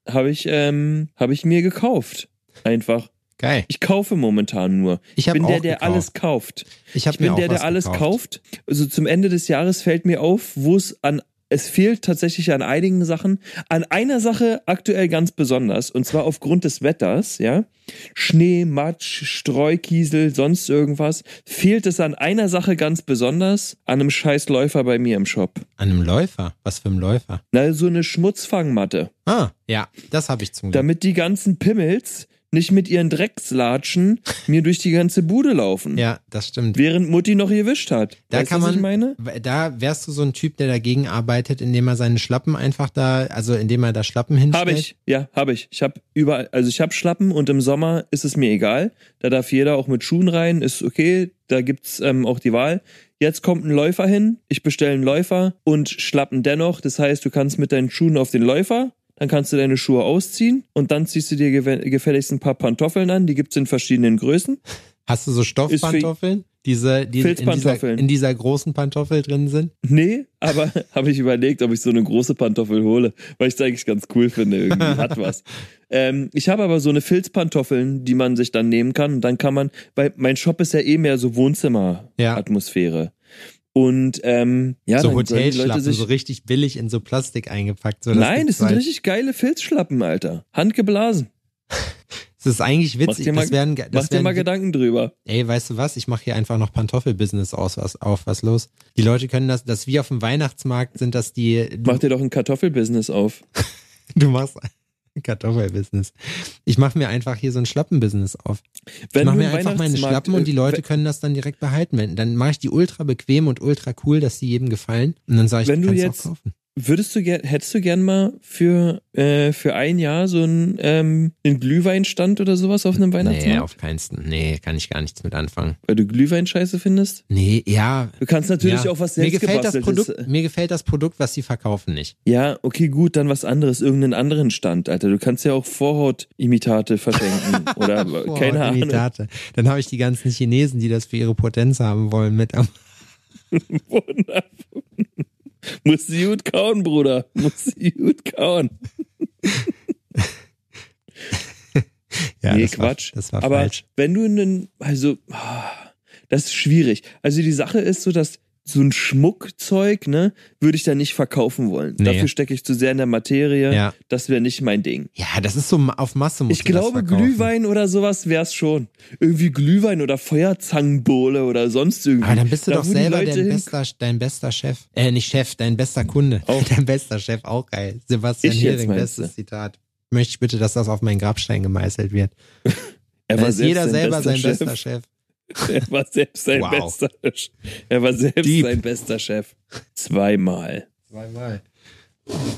Speaker 1: Habe ich, ähm, habe ich mir gekauft. Einfach.
Speaker 2: Geil.
Speaker 1: Ich kaufe momentan nur.
Speaker 2: Ich habe
Speaker 1: bin
Speaker 2: auch
Speaker 1: der, der
Speaker 2: gekauft.
Speaker 1: alles kauft.
Speaker 2: Ich, hab
Speaker 1: Ich bin
Speaker 2: mir auch
Speaker 1: der,
Speaker 2: was
Speaker 1: der alles
Speaker 2: gekauft.
Speaker 1: kauft. Also zum Ende des Jahres fällt mir auf, wo es an Es fehlt tatsächlich an einigen Sachen. An einer Sache aktuell ganz besonders, und zwar aufgrund des Wetters, ja. Schnee, Matsch, Streukiesel, sonst irgendwas. Fehlt es an einer Sache ganz besonders, an einem scheiß Läufer bei mir im Shop.
Speaker 2: An einem Läufer? Was für ein Läufer?
Speaker 1: Na, so eine Schmutzfangmatte.
Speaker 2: Ah, ja, das habe ich zum Glück.
Speaker 1: Damit die ganzen Pimmels nicht mit ihren Dreckslatschen mir durch die ganze Bude laufen.
Speaker 2: Ja, das stimmt.
Speaker 1: Während Mutti noch gewischt hat.
Speaker 2: Da
Speaker 1: weißt
Speaker 2: kann
Speaker 1: du, was
Speaker 2: man,
Speaker 1: ich meine?
Speaker 2: da wärst du so ein Typ, der dagegen arbeitet, indem er seine Schlappen einfach da, also indem er da Schlappen hinstellt.
Speaker 1: Habe ich, ja, habe ich. Ich habe überall, also ich habe Schlappen und im Sommer ist es mir egal. Da darf jeder auch mit Schuhen rein, ist okay. Da gibt's ähm, auch die Wahl. Jetzt kommt ein Läufer hin, ich bestelle einen Läufer und Schlappen dennoch. Das heißt, du kannst mit deinen Schuhen auf den Läufer, dann kannst du deine Schuhe ausziehen und dann ziehst du dir gewe- gefälligst ein paar Pantoffeln an. Die gibt's in verschiedenen Größen.
Speaker 2: Hast du so Stoffpantoffeln? Diese, die in dieser,
Speaker 1: Filzpantoffeln.
Speaker 2: in dieser großen Pantoffel drin sind?
Speaker 1: Nee, aber habe ich überlegt, ob ich so eine große Pantoffel hole, weil ich es eigentlich ganz cool finde. Irgendwie hat was. Ähm, ich habe aber so eine Filzpantoffeln, die man sich dann nehmen kann. Und dann kann man, weil mein Shop ist ja eh mehr so
Speaker 2: Ja.
Speaker 1: Wohnzimmer-Atmosphäre. Und ähm, ja,
Speaker 2: so
Speaker 1: dann sollen die Leute
Speaker 2: Hotelschlappen,
Speaker 1: sich.
Speaker 2: so richtig billig in so Plastik eingepackt. So,
Speaker 1: Nein, das
Speaker 2: gibt's
Speaker 1: sind
Speaker 2: halt.
Speaker 1: richtig geile Filzschlappen, Alter. Handgeblasen.
Speaker 2: Das ist eigentlich
Speaker 1: Mach
Speaker 2: witzig.
Speaker 1: dir mal,
Speaker 2: das wären, ge-
Speaker 1: mach
Speaker 2: das
Speaker 1: dir
Speaker 2: wären,
Speaker 1: mal Gedanken drüber.
Speaker 2: ey, weißt du was? Ich mache hier einfach noch Pantoffelbusiness aus, was, auf, was los? Die Leute können das, dass wir auf dem Weihnachtsmarkt sind, dass die, du,
Speaker 1: Mach dir doch ein Kartoffelbusiness auf.
Speaker 2: du machst Kartoffelbusiness. Ich mache mir einfach hier so ein Schlappenbusiness auf.
Speaker 1: Wenn
Speaker 2: ich mache
Speaker 1: du
Speaker 2: mir
Speaker 1: einen
Speaker 2: einfach meine
Speaker 1: Weihnachtsmarkt,
Speaker 2: Schlappen und die
Speaker 1: äh,
Speaker 2: Leute können das dann direkt behalten. Wenn- Dann mache ich die ultra bequem und ultra cool, dass die jedem gefallen. Und dann sage ich,
Speaker 1: Wenn du
Speaker 2: kannst
Speaker 1: jetzt-
Speaker 2: auch kaufen.
Speaker 1: Würdest du gern, hättest du gern mal für, äh, für ein Jahr so einen, ähm, einen Glühweinstand oder sowas auf einem
Speaker 2: Nee,
Speaker 1: Weihnachtsmarkt?
Speaker 2: auf keinsten. Nee, kann ich gar nichts mit anfangen.
Speaker 1: Weil du Glühwein scheiße findest?
Speaker 2: Nee, ja.
Speaker 1: Du kannst natürlich
Speaker 2: ja.
Speaker 1: auch was
Speaker 2: mir
Speaker 1: selbst
Speaker 2: gefällt das
Speaker 1: gebasteltes-
Speaker 2: Produkt, Mir gefällt das Produkt, was sie verkaufen, nicht.
Speaker 1: Ja, okay, gut, dann was anderes, irgendeinen anderen Stand, Alter. Du kannst ja auch Vorhautimitate verschenken oder keine
Speaker 2: Boah,
Speaker 1: Ahnung.
Speaker 2: Imitate. Dann habe ich die ganzen Chinesen, die das für ihre Potenz haben wollen, mit am.
Speaker 1: Wundervoll. Musst du gut kauen, Bruder. Musst du gut kauen.
Speaker 2: Ja,
Speaker 1: nee,
Speaker 2: das
Speaker 1: Quatsch.
Speaker 2: War, das war
Speaker 1: Aber
Speaker 2: falsch.
Speaker 1: wenn du einen, also, ah, das ist schwierig. Also die Sache ist so, dass so ein Schmuckzeug, ne, würde ich da nicht verkaufen wollen.
Speaker 2: Nee.
Speaker 1: Dafür stecke ich zu sehr in der Materie.
Speaker 2: Ja.
Speaker 1: Das wäre nicht mein Ding.
Speaker 2: Ja, das ist so ma- auf Masse muss
Speaker 1: Ich glaube, Glühwein oder sowas wär's schon. Irgendwie Glühwein oder Feuerzangenbowle oder sonst irgendwie.
Speaker 2: Aber dann bist du
Speaker 1: Da,
Speaker 2: doch
Speaker 1: wo die
Speaker 2: selber
Speaker 1: Leute
Speaker 2: dein
Speaker 1: hin-
Speaker 2: bester, dein bester Chef. Äh, nicht Chef, dein bester Kunde.
Speaker 1: Auch.
Speaker 2: Dein bester Chef, auch geil. Sebastian
Speaker 1: Ich jetzt
Speaker 2: Hering,
Speaker 1: meinst
Speaker 2: bestes Zitat. Möchte ich bitte, dass das auf meinen Grabstein gemeißelt wird.
Speaker 1: Er
Speaker 2: Da
Speaker 1: war
Speaker 2: ist
Speaker 1: selbst
Speaker 2: jeder
Speaker 1: sein
Speaker 2: selber
Speaker 1: bester
Speaker 2: sein
Speaker 1: Chef.
Speaker 2: bester Chef.
Speaker 1: Er war selbst sein
Speaker 2: Wow.
Speaker 1: bester Chef. Er war selbst
Speaker 2: Deep.
Speaker 1: sein bester Chef. Zweimal.
Speaker 2: Zweimal.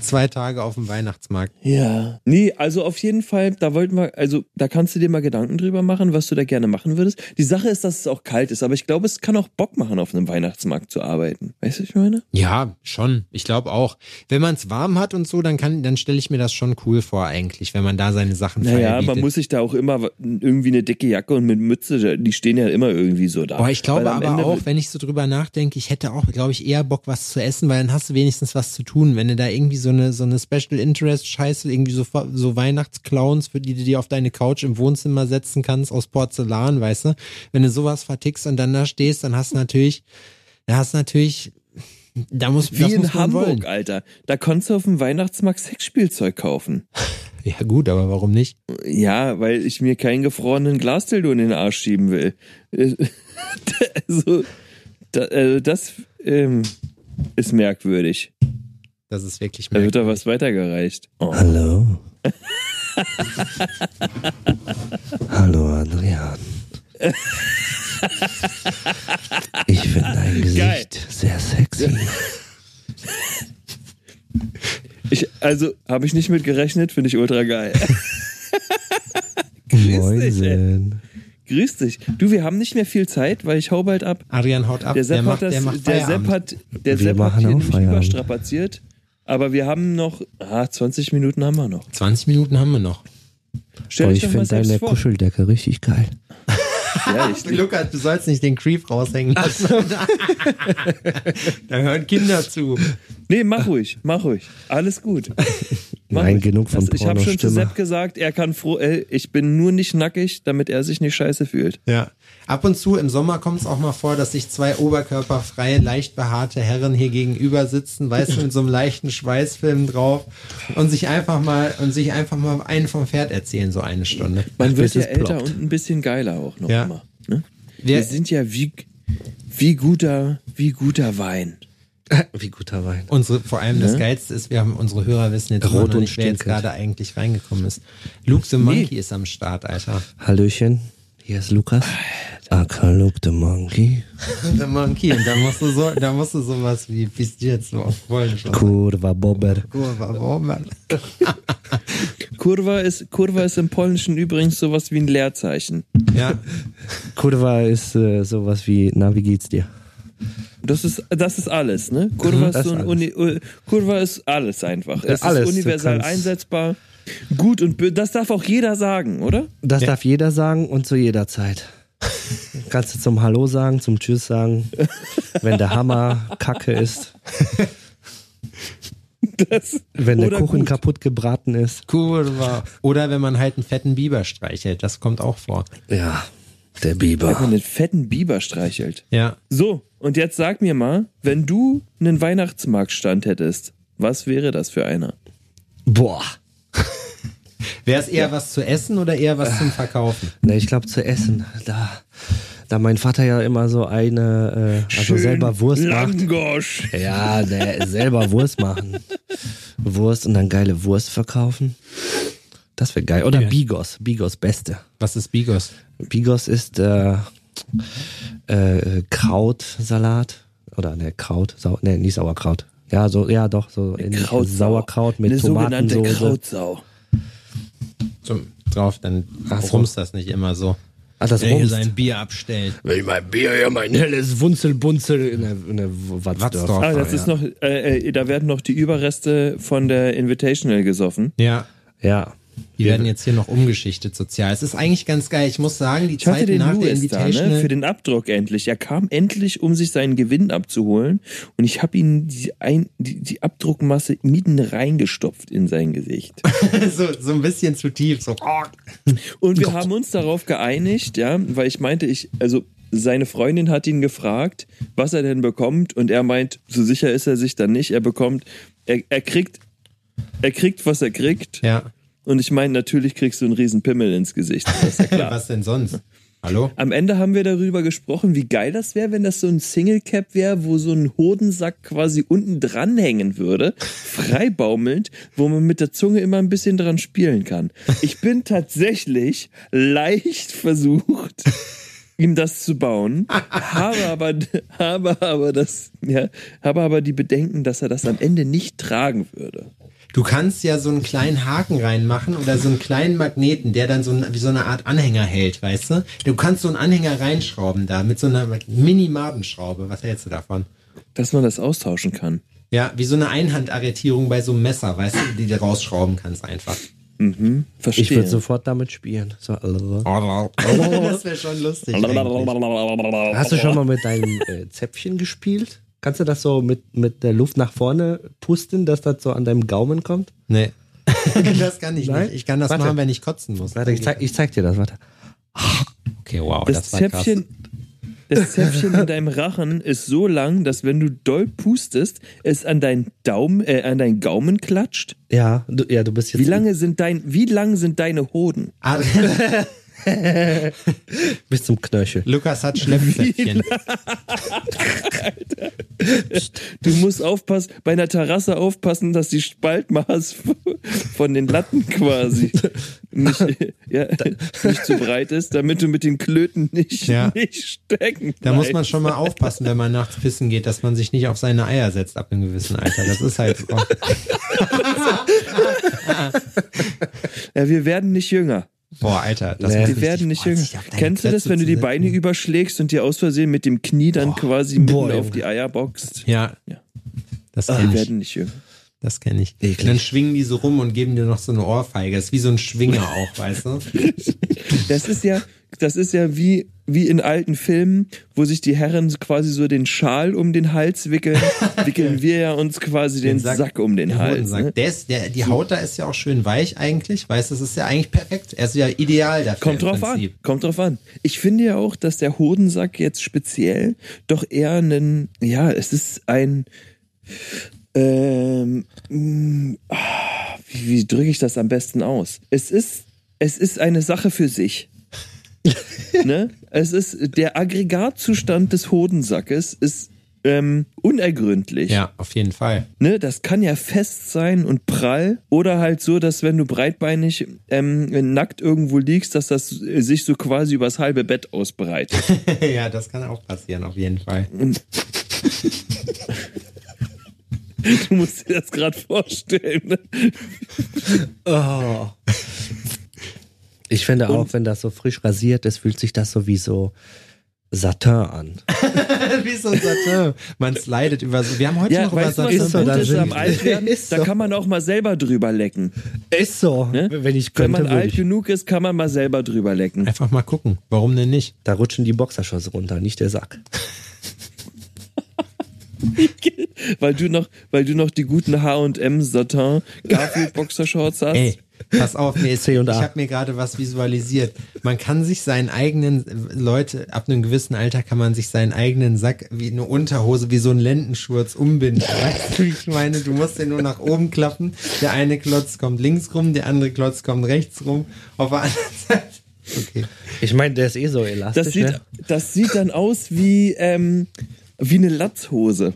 Speaker 2: Zwei Tage auf dem Weihnachtsmarkt.
Speaker 1: Ja. Nee, also auf jeden Fall, da wollten wir, also da kannst du dir mal Gedanken drüber machen, was du da gerne machen würdest. Die Sache ist, dass es auch kalt ist, aber ich glaube, es kann auch Bock machen, auf einem Weihnachtsmarkt zu arbeiten. Weißt du, was ich meine?
Speaker 2: Ja, schon. Ich glaube auch. Wenn man es warm hat und so, dann kann, dann stelle ich mir das schon cool vor eigentlich, wenn man da seine Sachen
Speaker 1: Naja,
Speaker 2: feierbietet.
Speaker 1: man muss sich da auch immer w- irgendwie eine dicke Jacke und mit Mütze, die stehen ja immer irgendwie so da.
Speaker 2: Boah, ich
Speaker 1: Weil
Speaker 2: glaube
Speaker 1: am
Speaker 2: aber
Speaker 1: Ende-
Speaker 2: auch, wenn ich so drüber nachdenke, ich hätte auch, glaube ich, eher Bock, was zu essen, weil dann hast du wenigstens was zu tun. Wenn du da irgendwie so eine, so eine Special Interest Scheiße, irgendwie so, Fa- so Weihnachtsclowns, für die du dir auf deine Couch im Wohnzimmer setzen kannst, aus Porzellan, weißt du? Wenn du sowas vertickst und dann da stehst, dann hast du natürlich, dann hast du natürlich, da muss, das
Speaker 1: Wie in
Speaker 2: muss man
Speaker 1: Hamburg,
Speaker 2: wollen.
Speaker 1: Alter. Da konntest du auf dem Weihnachtsmarkt Sexspielzeug kaufen.
Speaker 2: Ja gut, aber warum nicht?
Speaker 1: Ja, weil ich mir keinen gefrorenen Glasdildo in den Arsch schieben will. Äh, also, da, also das ähm, ist merkwürdig.
Speaker 2: Das ist wirklich
Speaker 1: Da wird
Speaker 2: merkwürdig.
Speaker 1: da was weitergereicht. Oh.
Speaker 4: Hallo. Hallo, Adrian. Ich finde dein Gesicht
Speaker 1: Geil.
Speaker 4: sehr sexy.
Speaker 1: Ich, also, habe ich nicht mit gerechnet, finde ich ultra geil.
Speaker 4: Moinsen.
Speaker 1: Grüß dich. Du, wir haben nicht mehr viel Zeit, weil ich hau bald ab.
Speaker 2: Adrian haut ab,
Speaker 1: Der
Speaker 2: der,
Speaker 1: Sepp
Speaker 2: macht,
Speaker 1: hat das,
Speaker 2: der
Speaker 1: der,
Speaker 2: macht
Speaker 1: Sepp
Speaker 2: Feierabend.
Speaker 1: hat, der
Speaker 4: Wir
Speaker 1: Sepp hat
Speaker 4: machen
Speaker 1: hier
Speaker 4: auch
Speaker 1: nämlich
Speaker 4: Feierabend.
Speaker 1: überstrapaziert. Aber wir haben noch, ah, 20 Minuten haben wir noch.
Speaker 2: 20 Minuten haben wir noch.
Speaker 1: Stell
Speaker 4: Oh,
Speaker 1: dich
Speaker 4: ich
Speaker 1: doch mal
Speaker 4: finde
Speaker 1: selbst
Speaker 4: deine
Speaker 1: vor.
Speaker 4: Kuscheldecke richtig geil.
Speaker 1: Ja, ich,
Speaker 2: Lukas, du sollst nicht den Creep raushängen lassen. da hören Kinder zu.
Speaker 1: Nee, mach ruhig, mach ruhig. Alles gut. Mach
Speaker 4: Nein,
Speaker 1: ich.
Speaker 4: genug von
Speaker 1: das, Ich habe schon zu
Speaker 4: Pornostimme.
Speaker 1: Sepp gesagt, er kann froh, äh, ich bin nur nicht nackig, damit er sich nicht scheiße fühlt.
Speaker 2: Ja. Ab und zu im Sommer kommt es auch mal vor, dass sich zwei oberkörperfreie, leicht behaarte Herren hier gegenüber sitzen, weißt du, mit so einem leichten Schweißfilm drauf und sich einfach mal und sich einfach mal einen vom Pferd erzählen, so eine Stunde.
Speaker 1: Man wird
Speaker 4: bis
Speaker 1: ja
Speaker 4: es
Speaker 1: älter
Speaker 4: ploppt.
Speaker 1: und ein bisschen geiler auch noch
Speaker 2: Ja.
Speaker 1: immer. Ne? Wir,
Speaker 2: Wir-
Speaker 1: sind ja wie, wie guter, wie guter Wein.
Speaker 4: Wie guter Wein.
Speaker 2: Unsere, vor allem
Speaker 1: Ne?
Speaker 2: das Geilste ist, wir haben unsere Hörer wissen jetzt
Speaker 4: Rot
Speaker 2: immer noch
Speaker 4: und
Speaker 2: nicht, wer jetzt
Speaker 4: stinkend.
Speaker 2: gerade eigentlich reingekommen ist. Luke the Monkey ist am Start, Alter.
Speaker 4: Hallöchen, hier ist Lukas. Aka Luke the Monkey.
Speaker 2: the Monkey. Und da musst du so, da musst du sowas wie bis jetzt so auf Polnisch.
Speaker 4: Kurwa Bobber.
Speaker 2: Warum?
Speaker 1: Kurva ist, Kurva ist im Polnischen übrigens sowas wie ein Leerzeichen.
Speaker 2: Ja.
Speaker 4: Kurwa ist äh, sowas wie, na, wie geht's dir?
Speaker 1: Das ist, das ist alles, ne? Kurva,
Speaker 4: Mhm, das
Speaker 1: ist, so
Speaker 4: ist
Speaker 1: ein Uni, äh, Kurva ist alles einfach. Es
Speaker 4: alles,
Speaker 1: ist
Speaker 4: du
Speaker 1: universal
Speaker 4: kannst-
Speaker 1: einsetzbar. Gut und bö- das darf auch jeder sagen, oder?
Speaker 4: Das darf jeder sagen und zu jeder Zeit. Kannst du zum Hallo sagen, zum Tschüss sagen, wenn der Hammer kacke ist,
Speaker 1: Das,
Speaker 4: wenn der
Speaker 1: oder
Speaker 4: Kuchen
Speaker 1: gut.
Speaker 4: kaputt gebraten ist.
Speaker 2: Kurwa. Oder wenn man halt einen fetten Biber streichelt, das kommt auch vor.
Speaker 4: Ja, der Biber.
Speaker 1: Wenn man den fetten Biber streichelt.
Speaker 2: Ja.
Speaker 1: So, und jetzt sag mir mal, wenn du einen Weihnachtsmarktstand hättest, was wäre das für einer?
Speaker 4: Boah.
Speaker 2: Wäre es eher was zu essen oder eher was zum Verkaufen?
Speaker 4: Na, ich glaube zu essen. Da, da mein Vater ja immer so eine, äh, also selber Wurst macht.
Speaker 1: Langosch.
Speaker 4: Ja, ne, selber Wurst machen. Wurst und dann geile Wurst verkaufen. Das wäre geil. Oder Bigos. Bigos, beste.
Speaker 2: Was ist Bigos?
Speaker 4: Bigos ist äh, äh, Krautsalat. Oder ne, Kraut. Sau, ne, nicht Sauerkraut. Ja, so, ja, doch, so in Sauerkraut mit
Speaker 1: Eine sogenannte
Speaker 4: Tomatensoße.
Speaker 1: Krautsau.
Speaker 2: Zum, drauf, dann
Speaker 4: Ach so.
Speaker 2: rumst das nicht immer so.
Speaker 4: Ah, das
Speaker 2: Wenn hier
Speaker 4: rumst.
Speaker 2: sein Bier abstellt.
Speaker 4: Wenn ich mein Bier, ja, mein helles Wunzelbunzel in der, in der Watzdorf.
Speaker 2: Watzdorf.
Speaker 1: Ah, das
Speaker 2: ja.
Speaker 1: ist noch, äh, äh, da werden noch die Überreste von der Invitational gesoffen.
Speaker 2: Ja.
Speaker 4: Ja.
Speaker 2: Die werden jetzt hier noch umgeschichtet sozial. Es ist eigentlich ganz geil. Ich muss sagen, die
Speaker 1: Ich hatte
Speaker 2: Zeiten
Speaker 1: den
Speaker 2: nach der
Speaker 1: Louis da,
Speaker 2: Invitation.
Speaker 1: ne? Für den Abdruck endlich. Er kam endlich, um sich seinen Gewinn abzuholen. Und ich habe ihn die, ein, die, die Abdruckmasse mitten reingestopft in sein Gesicht.
Speaker 2: so, so ein bisschen zu tief. So.
Speaker 1: Und wir haben uns darauf geeinigt, ja, weil ich meinte, ich, also seine Freundin hat ihn gefragt, was er denn bekommt, und er meint, so sicher ist er sich dann nicht. Er bekommt, er, er kriegt, er kriegt, was er kriegt.
Speaker 2: Ja.
Speaker 1: Und ich meine, natürlich kriegst du einen riesen Pimmel ins Gesicht. Das ist ja klar.
Speaker 2: Was denn sonst? Hallo?
Speaker 1: Am Ende haben wir darüber gesprochen, wie geil das wäre, wenn das so ein Single Cap wäre, wo so ein Hodensack quasi unten dranhängen würde, freibaumelnd, wo man mit der Zunge immer ein bisschen dran spielen kann. Ich bin tatsächlich leicht versucht, ihm das zu bauen, habe aber, habe aber das, ja, habe aber die Bedenken, dass er das am Ende nicht tragen würde.
Speaker 2: Du kannst ja so einen kleinen Haken reinmachen oder so einen kleinen Magneten, der dann so, ein, wie so eine Art Anhänger hält, weißt du? Du kannst so einen Anhänger reinschrauben da mit so einer Mini-Madenschraube. Was hältst du davon?
Speaker 1: Dass man das austauschen kann.
Speaker 2: Ja, wie so eine Einhandarretierung bei so einem Messer, weißt du, die du rausschrauben kannst einfach.
Speaker 1: Verstehe.
Speaker 4: Ich würde sofort damit spielen. So, äh,
Speaker 2: das wäre schon lustig. eigentlich.
Speaker 4: Hast
Speaker 1: Hast
Speaker 4: du schon mal mit deinem äh, Zäpfchen gespielt? Kannst du das so mit, mit der Luft nach vorne pusten, dass das so an deinem Gaumen kommt?
Speaker 2: Nee. das kann ich
Speaker 4: Nein?
Speaker 2: nicht. Ich kann das
Speaker 4: Warte.
Speaker 2: machen, wenn ich kotzen muss.
Speaker 4: Warte, ich zeig, ich zeig dir das, warte.
Speaker 2: Okay, wow,
Speaker 1: das, Zäpfchen, das Zäpfchen in deinem Rachen ist so lang, dass wenn du doll pustest, es an deinen Daumen, äh, an deinen Gaumen klatscht.
Speaker 4: Ja, du, ja, du bist jetzt.
Speaker 1: Wie lange sind dein, wie lang sind deine Hoden?
Speaker 2: krass. Ah,
Speaker 4: Bis zum Knöchel.
Speaker 2: Lukas hat Schleppzäpfchen.
Speaker 1: Du musst aufpassen, bei einer Terrasse aufpassen, dass die Spaltmaß von den Latten quasi nicht, ja, nicht zu breit ist, damit du mit den Klöten nicht,
Speaker 2: Ja.
Speaker 1: nicht stecken.
Speaker 2: Da muss man
Speaker 1: bleibst.
Speaker 2: schon mal aufpassen, wenn man nachts pissen geht, dass man sich nicht auf seine Eier setzt ab einem gewissen Alter. Das ist halt so.
Speaker 1: Ja, wir werden nicht jünger.
Speaker 2: Boah, Alter. Das
Speaker 4: Nee.
Speaker 2: macht
Speaker 1: Die
Speaker 2: richtig
Speaker 1: werden nicht
Speaker 2: Spaß,
Speaker 1: jünger.
Speaker 2: sich auf deine
Speaker 1: Kennst du das,
Speaker 2: Plätze
Speaker 1: wenn du
Speaker 2: zu
Speaker 1: die
Speaker 2: setzen?
Speaker 1: Beine überschlägst und dir aus Versehen mit dem Knie dann quasi mitten
Speaker 4: Boah,
Speaker 1: auf
Speaker 4: Junge.
Speaker 1: die Eier bockst?
Speaker 2: Ja.
Speaker 1: Ja.
Speaker 2: Das
Speaker 1: Die
Speaker 2: kenn ich.
Speaker 1: werden nicht jünger.
Speaker 2: Das kenne ich. Und dann schwingen die so rum und geben dir noch so eine Ohrfeige. Das ist wie so ein Schwinger auch, weißt du?
Speaker 1: Das ist ja, das ist ja wie, wie in alten Filmen, wo sich die Herren quasi so den Schal um den Hals wickeln, wickeln wir ja uns quasi den, Sack, um den, Hals.
Speaker 2: Hodensack.
Speaker 1: Ne?
Speaker 2: Der ist, der, die Haut da ist ja auch schön weich eigentlich, weißt du, das ist ja eigentlich perfekt. Er ist ja ideal dafür.
Speaker 1: Kommt
Speaker 2: im
Speaker 1: drauf
Speaker 2: Prinzip.
Speaker 1: an. Kommt drauf an. Ich finde ja auch, dass der Hodensack jetzt speziell doch eher einen, ja, es ist ein, ähm, mh, ah, wie, wie drücke ich das am besten aus? Es ist, es ist eine Sache für sich. ne? Es ist der Aggregatzustand des Hodensackes ist ähm, unergründlich.
Speaker 2: Ja, auf jeden Fall.
Speaker 1: Ne, das kann ja fest sein und prall oder halt so, dass wenn du breitbeinig ähm, nackt irgendwo liegst, dass das äh, sich so quasi übers halbe Bett ausbreitet.
Speaker 2: ja, das kann auch passieren, auf jeden Fall.
Speaker 1: Du musst dir das gerade vorstellen. Ne?
Speaker 4: Ich finde auch, wenn das so frisch rasiert ist, fühlt sich das so wie so Satin an.
Speaker 2: wie so ein Satin. äh, Man slidet über so. Wir haben heute
Speaker 1: Ja,
Speaker 2: noch über
Speaker 1: weißt du, was
Speaker 2: Satin.
Speaker 1: das Gute ist
Speaker 4: sind-
Speaker 1: am Altwerden?
Speaker 4: Ist
Speaker 1: Da
Speaker 4: so.
Speaker 1: kann man auch mal selber drüber lecken.
Speaker 4: Ist so.
Speaker 1: Ne?
Speaker 4: Wenn ich
Speaker 1: Wenn
Speaker 4: könnte,
Speaker 1: man
Speaker 4: würde
Speaker 1: alt
Speaker 4: ich.
Speaker 1: genug ist, kann man mal selber drüber lecken.
Speaker 2: Einfach mal gucken. Warum denn nicht?
Speaker 4: Da rutschen die Boxershorts runter, nicht der Sack.
Speaker 1: Weil du noch, weil du noch die guten H&M Satin Garfield Boxershorts hast.
Speaker 2: Ey, pass auf, mir ist, ich
Speaker 4: C und A.
Speaker 2: habe mir gerade was visualisiert. Man kann sich seinen eigenen, äh, Leute, ab einem gewissen Alter kann man sich seinen eigenen Sack wie eine Unterhose, wie so einen Lendenschurz umbinden. Weißt du, wie ich meine, du musst den nur nach oben klappen. Der eine Klotz kommt links rum, der andere Klotz kommt rechts rum. Auf der anderen Seite. Okay.
Speaker 4: Ich meine, der ist eh so elastisch.
Speaker 1: Das sieht,
Speaker 4: ne?
Speaker 1: das sieht dann aus wie, ähm, wie eine Latzhose.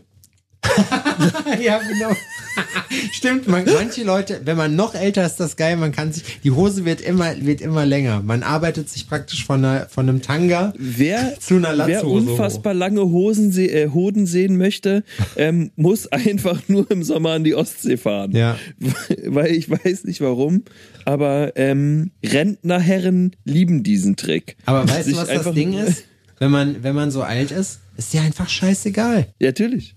Speaker 2: Ja, genau. Stimmt, man, manche Leute, wenn man noch älter ist, das geil, man kann sich, die Hose wird immer, wird immer länger. Man arbeitet sich praktisch von, einer, von einem Tanga
Speaker 1: Wer,
Speaker 2: zu einer Latzhose.
Speaker 1: wer unfassbar lange Hosen se äh, Hoden sehen möchte, ähm, muss einfach nur im Sommer an die Ostsee fahren.
Speaker 2: Ja.
Speaker 1: Weil ich weiß nicht warum, aber ähm, Rentnerherren lieben diesen Trick.
Speaker 2: Aber weißt du,
Speaker 1: Sich
Speaker 2: was
Speaker 1: einfach-
Speaker 2: das Ding ist? Wenn man, wenn man so alt ist, ist dir einfach scheißegal.
Speaker 1: Ja, natürlich.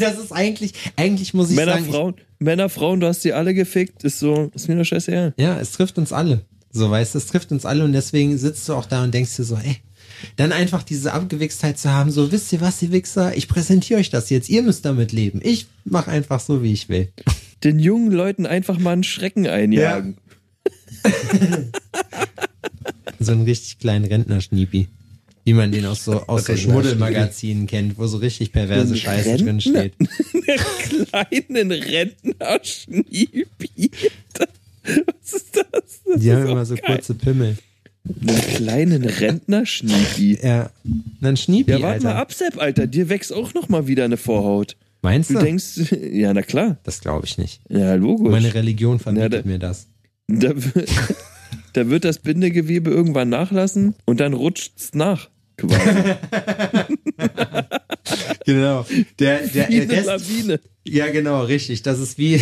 Speaker 2: Das, ist eigentlich, eigentlich muss ich
Speaker 1: Männer,
Speaker 2: sagen,
Speaker 1: Frauen, Männer, Frauen, du hast die alle gefickt, ist so, ist mir doch scheißegal.
Speaker 2: ich, ja, es trifft uns alle. So, weißt du, es trifft uns alle und deswegen sitzt du auch da und denkst dir so, ey, dann einfach diese Abgewichstheit zu haben, so, wisst ihr was, ihr Wichser, ich präsentiere euch das jetzt, ihr müsst damit leben. Ich mache einfach so, wie ich will.
Speaker 1: Den jungen Leuten einfach mal einen Schrecken einjagen.
Speaker 2: So einen richtig kleinen Rentner-Schniepi. Wie man den aus so, aus so Schmuddelmagazinen kennt, wo so richtig perverse
Speaker 1: Ein
Speaker 2: Scheiße
Speaker 1: Rentner?
Speaker 2: drin steht.
Speaker 1: einen kleinen Rentner-Schniepi. Was ist das? das
Speaker 2: Die haben
Speaker 1: ist
Speaker 2: immer
Speaker 1: auch
Speaker 2: so
Speaker 1: geil.
Speaker 2: kurze Pimmel.
Speaker 1: Einen kleinen Rentner-Schniepi.
Speaker 2: Ja. Dann Schniepi,
Speaker 1: Ja, warte
Speaker 2: Alter.
Speaker 1: mal ab, Sepp, Alter. Dir wächst auch noch mal wieder eine Vorhaut.
Speaker 2: Meinst
Speaker 1: Du denkst, ja, na klar.
Speaker 2: das glaube ich nicht.
Speaker 1: Ja, logisch.
Speaker 2: Meine Religion
Speaker 1: Ja,
Speaker 2: verbietet
Speaker 1: da-
Speaker 2: mir das.
Speaker 1: da, w- da wird das Bindegewebe irgendwann nachlassen und dann rutscht's nach. Quasi.
Speaker 2: Genau. Der, der
Speaker 1: Wie eine
Speaker 2: Rest-
Speaker 1: Lawine.
Speaker 2: ja, genau, richtig. Das ist wie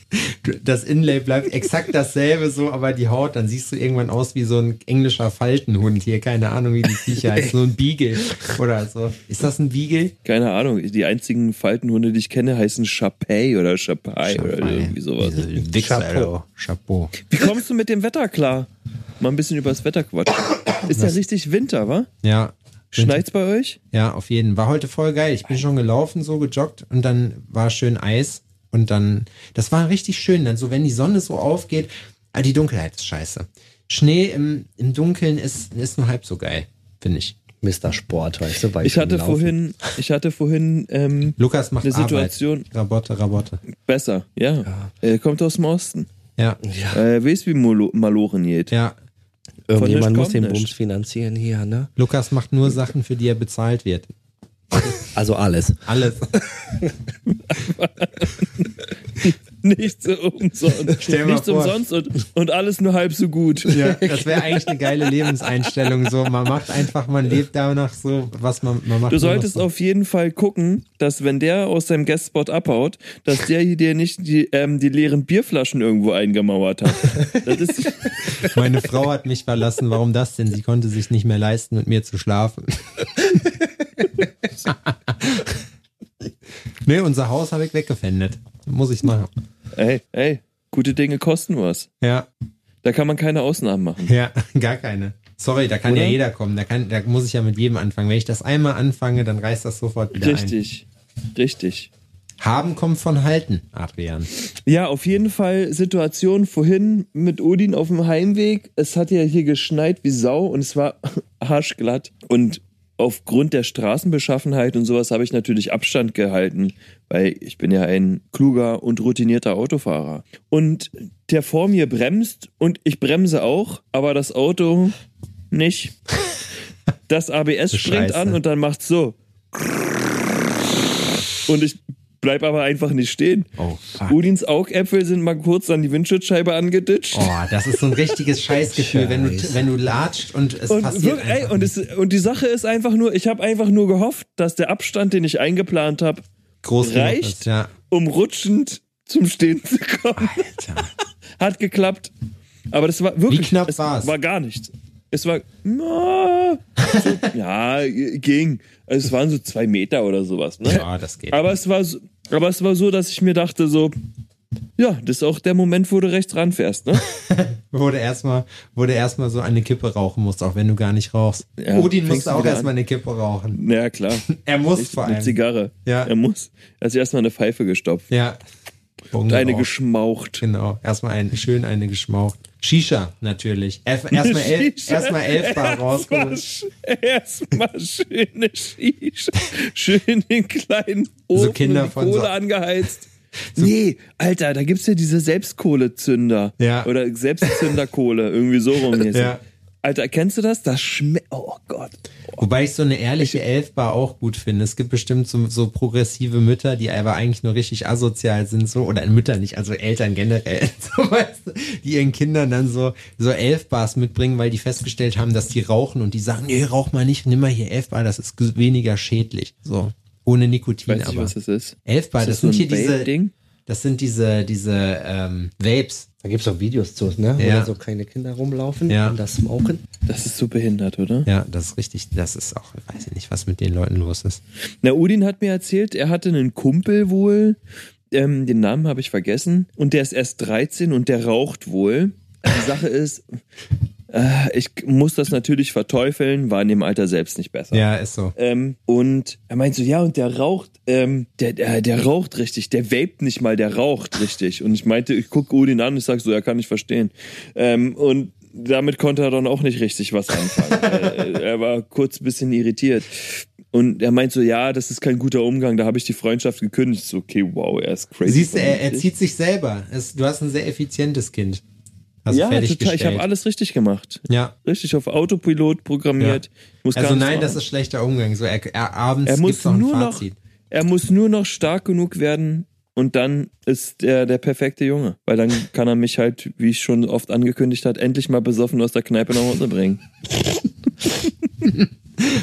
Speaker 2: das Inlay bleibt exakt dasselbe so, aber die Haut, dann siehst du irgendwann aus wie so ein englischer Faltenhund hier. Keine Ahnung, wie die Viecher heißen. So ein Beagle oder so. Ist das ein Beagle?
Speaker 1: Keine Ahnung. Die einzigen Faltenhunde, die ich kenne, heißen Chapai oder Chapai oder irgendwie sowas.
Speaker 2: Chapeau. Chapeau.
Speaker 1: Wie kommst du mit dem Wetter klar? Mal ein bisschen über das Wetter quatschen. Ist ja richtig Winter, wa?
Speaker 2: Ja.
Speaker 1: Schneit's bei euch?
Speaker 2: Ja, auf jeden. War heute voll geil. Ich bin schon gelaufen, so gejoggt und dann war schön Eis und dann, das war richtig schön. Dann so, wenn die Sonne so aufgeht, ah, die Dunkelheit ist scheiße. Schnee im, im Dunkeln ist, ist nur halb so geil, finde ich.
Speaker 4: Mr. Sport, weißt du, weil
Speaker 1: Ich hatte
Speaker 4: am Laufen-
Speaker 1: vorhin, ich hatte vorhin ähm,
Speaker 2: Lukas macht
Speaker 1: Eine
Speaker 2: Arbeit.
Speaker 1: Situation-
Speaker 2: Rabotte, Rabotte.
Speaker 1: besser, ja. Äh, kommt aus dem Osten.
Speaker 2: Ja,
Speaker 1: Äh, weiß wie Molo Maloren geht.
Speaker 2: ja.
Speaker 1: Von
Speaker 4: Irgendjemand
Speaker 1: nichts
Speaker 4: muss
Speaker 1: kommt
Speaker 4: den
Speaker 1: nichts.
Speaker 4: Bums finanzieren hier, ne?
Speaker 2: Lukas macht nur Sachen, für die er bezahlt wird.
Speaker 4: Also alles.
Speaker 2: Alles.
Speaker 1: Nichts umsonst.
Speaker 2: Stell mal
Speaker 1: Nichts
Speaker 2: vor.
Speaker 1: umsonst und, und alles nur halb so gut.
Speaker 2: Ja, das wäre eigentlich eine geile Lebenseinstellung. So, man macht einfach, man lebt danach so, was man, man macht.
Speaker 1: Du
Speaker 2: nur,
Speaker 1: solltest
Speaker 2: was man-
Speaker 1: auf jeden Fall gucken, dass wenn der aus seinem Guestspot abhaut, dass der hier dir nicht die, ähm, die leeren Bierflaschen irgendwo eingemauert hat. Das ist,
Speaker 2: Meine Frau hat mich verlassen. Warum das denn? Sie konnte sich nicht mehr leisten, mit mir zu schlafen. nee, unser Haus habe ich weggefändet. Muss ich machen.
Speaker 1: Ey, ey, gute Dinge kosten was.
Speaker 2: Ja,
Speaker 1: Da kann man keine Ausnahmen machen.
Speaker 2: ja, gar keine. Sorry, da kann
Speaker 1: Oder?
Speaker 2: ja jeder kommen. Da, kann, da muss ich ja mit jedem anfangen. Wenn ich das einmal anfange, dann reißt das sofort wieder ein.
Speaker 1: Richtig, richtig.
Speaker 2: Haben kommt von halten, Adrian.
Speaker 1: Ja, auf jeden Fall Situation vorhin mit Odin auf dem Heimweg. Es hat ja hier geschneit wie Sau und es war arschglatt. Und aufgrund der Straßenbeschaffenheit und sowas habe ich natürlich Abstand gehalten, weil ich bin ja ein kluger und routinierter Autofahrer. Und der vor mir bremst und ich bremse auch, aber das Auto nicht. Das ABS springt
Speaker 2: Scheiße.
Speaker 1: an und dann macht's so. Und ich bleib aber einfach nicht stehen.
Speaker 2: Oh, fuck.
Speaker 1: Udins Augäpfel sind mal kurz an die Windschutzscheibe angeditscht.
Speaker 2: Oh, das ist so ein richtiges Scheißgefühl, wenn du, wenn du latscht und es
Speaker 1: Und,
Speaker 2: passiert
Speaker 1: wirklich, ey,
Speaker 2: einfach
Speaker 1: und,
Speaker 2: nicht.
Speaker 1: es, und die Sache ist einfach nur, ich habe einfach nur gehofft, dass der Abstand, den ich eingeplant habe,
Speaker 2: groß genug
Speaker 1: reicht.
Speaker 2: ist, ja.
Speaker 1: um rutschend zum Stehen zu kommen,
Speaker 2: Alter.
Speaker 1: hat geklappt. Aber das war wirklich.
Speaker 2: Wie knapp
Speaker 1: es
Speaker 2: war's?
Speaker 1: War gar nichts. Es war. Na, so, ja, ging. Also es waren so zwei Meter oder sowas. Ne?
Speaker 2: Ja, das geht.
Speaker 1: Aber es war so, aber es war so, dass ich mir dachte so, ja, das ist auch der Moment, wo du rechts ranfährst, ne?
Speaker 2: Wurde erstmal, wurde erstmal so eine Kippe rauchen musst, auch wenn du gar nicht rauchst.
Speaker 1: Ja,
Speaker 2: Odin
Speaker 1: fängst
Speaker 2: musste
Speaker 1: du
Speaker 2: auch
Speaker 1: wieder
Speaker 2: erstmal eine Kippe rauchen.
Speaker 1: Ja, klar.
Speaker 2: Er muss vor
Speaker 1: Eine
Speaker 2: allem.
Speaker 1: Zigarre.
Speaker 2: Ja.
Speaker 1: Er muss. Er hat sich erstmal eine Pfeife gestopft.
Speaker 2: Ja.
Speaker 1: Und eine
Speaker 2: Ungeraucht.
Speaker 1: geschmaucht.
Speaker 2: Genau. Erstmal ein, schön eine geschmaucht. Shisha, natürlich. Erf- Erstmal elf,
Speaker 1: Shisha.
Speaker 2: erstmal elf Bar
Speaker 1: Erstmal
Speaker 2: rausgeholt.
Speaker 1: sch- erstmal schöne Shisha. Schön den kleinen Ofen
Speaker 2: So Kinder
Speaker 1: mit
Speaker 2: von
Speaker 1: Kohle
Speaker 2: so-
Speaker 1: angeheizt. nee, Alter, da gibt's ja diese Selbstkohlezünder.
Speaker 2: Ja.
Speaker 1: Oder Selbstzünderkohle. Irgendwie so rum jetzt.
Speaker 2: Ja.
Speaker 1: Alter, kennst du das? Das schmeckt. Oh Gott.
Speaker 2: Wobei ich so eine ehrliche Elfbar auch gut finde. Es gibt bestimmt so, so progressive Mütter, die aber eigentlich nur richtig asozial sind, so, oder Mütter nicht, also Eltern generell, so, weißt du, die ihren Kindern dann so, so Elfbars mitbringen, weil die festgestellt haben, dass die rauchen und die sagen, nee, rauch mal nicht, nimm mal hier Elfbar, das ist ges- weniger schädlich, so. Ohne Nikotin
Speaker 1: Weiß nicht,
Speaker 2: aber.
Speaker 1: was das ist.
Speaker 2: Elfbar,
Speaker 1: Ist
Speaker 2: das,
Speaker 1: so
Speaker 2: sind
Speaker 1: ein
Speaker 2: hier diese,
Speaker 1: Vape-Ding?
Speaker 2: das sind diese, diese, ähm, Vapes.
Speaker 4: Da gibt's auch Videos zu, ne? Wo
Speaker 2: Ja.
Speaker 4: da so kleine Kinder rumlaufen
Speaker 2: Ja.
Speaker 4: und das smoken.
Speaker 1: Das ist so behindert, oder?
Speaker 2: Ja, das ist richtig, das ist auch, weiß ich nicht, was mit den Leuten los ist.
Speaker 1: Na, Udin hat mir erzählt, er hatte einen Kumpel wohl, ähm, den Namen habe ich vergessen, und der ist erst 13 und der raucht wohl. Die Sache ist, äh, ich muss das natürlich verteufeln, war in dem Alter selbst nicht besser.
Speaker 2: Ja, ist so.
Speaker 1: Ähm, und er meint so, ja, und der raucht, ähm, der, der, der raucht richtig, der vapet nicht mal, der raucht richtig. Und ich meinte, ich gucke Odin an und ich sag so, er kann nicht verstehen. Ähm, und damit konnte er dann auch nicht richtig was anfangen. äh, er war kurz ein bisschen irritiert. Und er meint so, ja, das ist kein guter Umgang, da habe ich die Freundschaft gekündigt. So, okay, wow, er ist crazy.
Speaker 2: Siehst du, er, er
Speaker 1: vernünftig.
Speaker 2: zieht sich selber. Es, du hast ein sehr effizientes Kind. Hast
Speaker 1: ja,
Speaker 2: du fertig
Speaker 1: total, ich habe
Speaker 2: gestellt.
Speaker 1: alles richtig gemacht.
Speaker 2: Ja.
Speaker 1: Richtig auf Autopilot programmiert. Ich Muss gar
Speaker 2: Also
Speaker 1: nichts
Speaker 2: nein,
Speaker 1: machen.
Speaker 2: das ist schlechter Umgang. So, er, er, abends
Speaker 1: Er
Speaker 2: gibt's
Speaker 1: muss
Speaker 2: noch ein
Speaker 1: nur noch,
Speaker 2: Fazit.
Speaker 1: er muss nur noch stark genug werden und dann ist er der perfekte Junge. Weil dann kann er mich halt, wie ich schon oft angekündigt hat, endlich mal besoffen aus der Kneipe nach Hause bringen.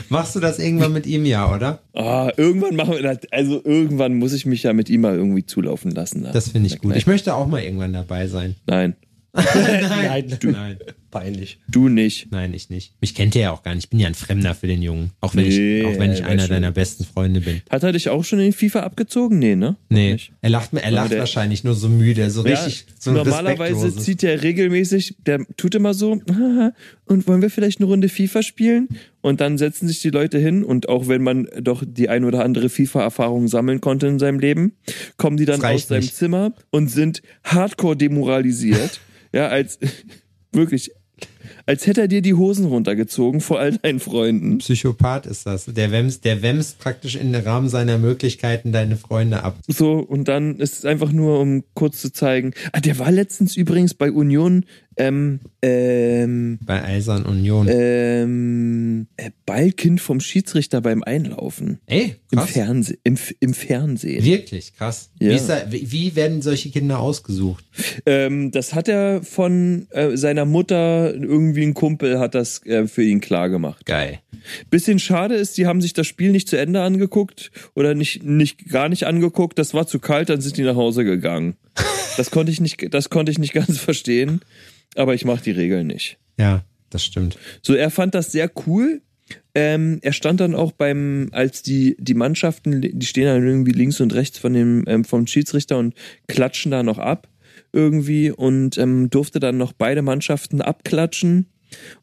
Speaker 2: Machst du das irgendwann mit ihm, ja, oder?
Speaker 1: Ah, irgendwann machen wir das, also irgendwann muss ich mich ja mit ihm mal irgendwie zulaufen lassen. da.
Speaker 2: Das finde ich
Speaker 1: Na,
Speaker 2: gut.
Speaker 1: nein.
Speaker 2: Ich möchte auch mal irgendwann dabei sein.
Speaker 1: Nein,
Speaker 4: Nein.
Speaker 2: Nein.
Speaker 4: Peinlich.
Speaker 1: du nicht.
Speaker 2: Nein, ich nicht. Mich kennt er ja auch gar nicht. Ich bin ja ein Fremder für den Jungen. Auch wenn
Speaker 1: Nee,
Speaker 2: ich, auch wenn ich
Speaker 1: weiß
Speaker 2: einer
Speaker 1: schon.
Speaker 2: deiner besten Freunde bin.
Speaker 1: Hat er dich auch schon in FIFA abgezogen? Nee, ne?
Speaker 2: Nee,
Speaker 1: Nicht.
Speaker 2: er lacht, mir- er lacht
Speaker 1: der-
Speaker 2: wahrscheinlich nur so müde, so
Speaker 1: Ja,
Speaker 2: richtig, so ein
Speaker 1: normalerweise
Speaker 2: respektloses.
Speaker 1: zieht er regelmäßig, der tut immer so, haha, und wollen wir vielleicht eine Runde FIFA spielen? Und dann setzen sich die Leute hin und auch wenn man doch die ein oder andere FIFA-Erfahrung sammeln konnte in seinem Leben, kommen die dann
Speaker 2: Das reicht
Speaker 1: aus seinem
Speaker 2: nicht.
Speaker 1: Zimmer und sind hardcore demoralisiert. ja, als wirklich, als hätte er dir die Hosen runtergezogen vor all deinen Freunden.
Speaker 2: Psychopath ist das. Der wemst, der wemst praktisch in den Rahmen seiner Möglichkeiten deine Freunde ab.
Speaker 1: So, und dann ist es einfach nur, um kurz zu zeigen. Ah, der war letztens übrigens bei Union, ähm, ähm,
Speaker 2: Bei Eisern Union.
Speaker 1: Äh, ähm, äh, Ballkind vom Schiedsrichter beim Einlaufen.
Speaker 2: Ey,
Speaker 1: Im,
Speaker 2: krass.
Speaker 1: Fernseh, im, F- im Fernsehen.
Speaker 2: Wirklich, krass.
Speaker 1: Ja.
Speaker 2: Wie, ist da, wie, wie werden solche Kinder ausgesucht?
Speaker 1: Ähm, das hat er von äh, seiner Mutter, irgendwie ein Kumpel hat das äh, für ihn klar gemacht.
Speaker 2: Geil.
Speaker 1: Bisschen schade ist, die haben sich das Spiel nicht zu Ende angeguckt oder nicht, nicht gar nicht angeguckt. Das war zu kalt, dann sind die nach Hause gegangen. Das konnte ich nicht, das konnte ich nicht ganz verstehen, aber ich mache die Regeln nicht.
Speaker 2: Ja, das stimmt.
Speaker 1: So, er fand das sehr cool, Ähm, er stand dann auch beim, als die, die Mannschaften, die stehen dann irgendwie links und rechts von dem, ähm, vom Schiedsrichter und klatschen da noch ab irgendwie und ähm, durfte dann noch beide Mannschaften abklatschen.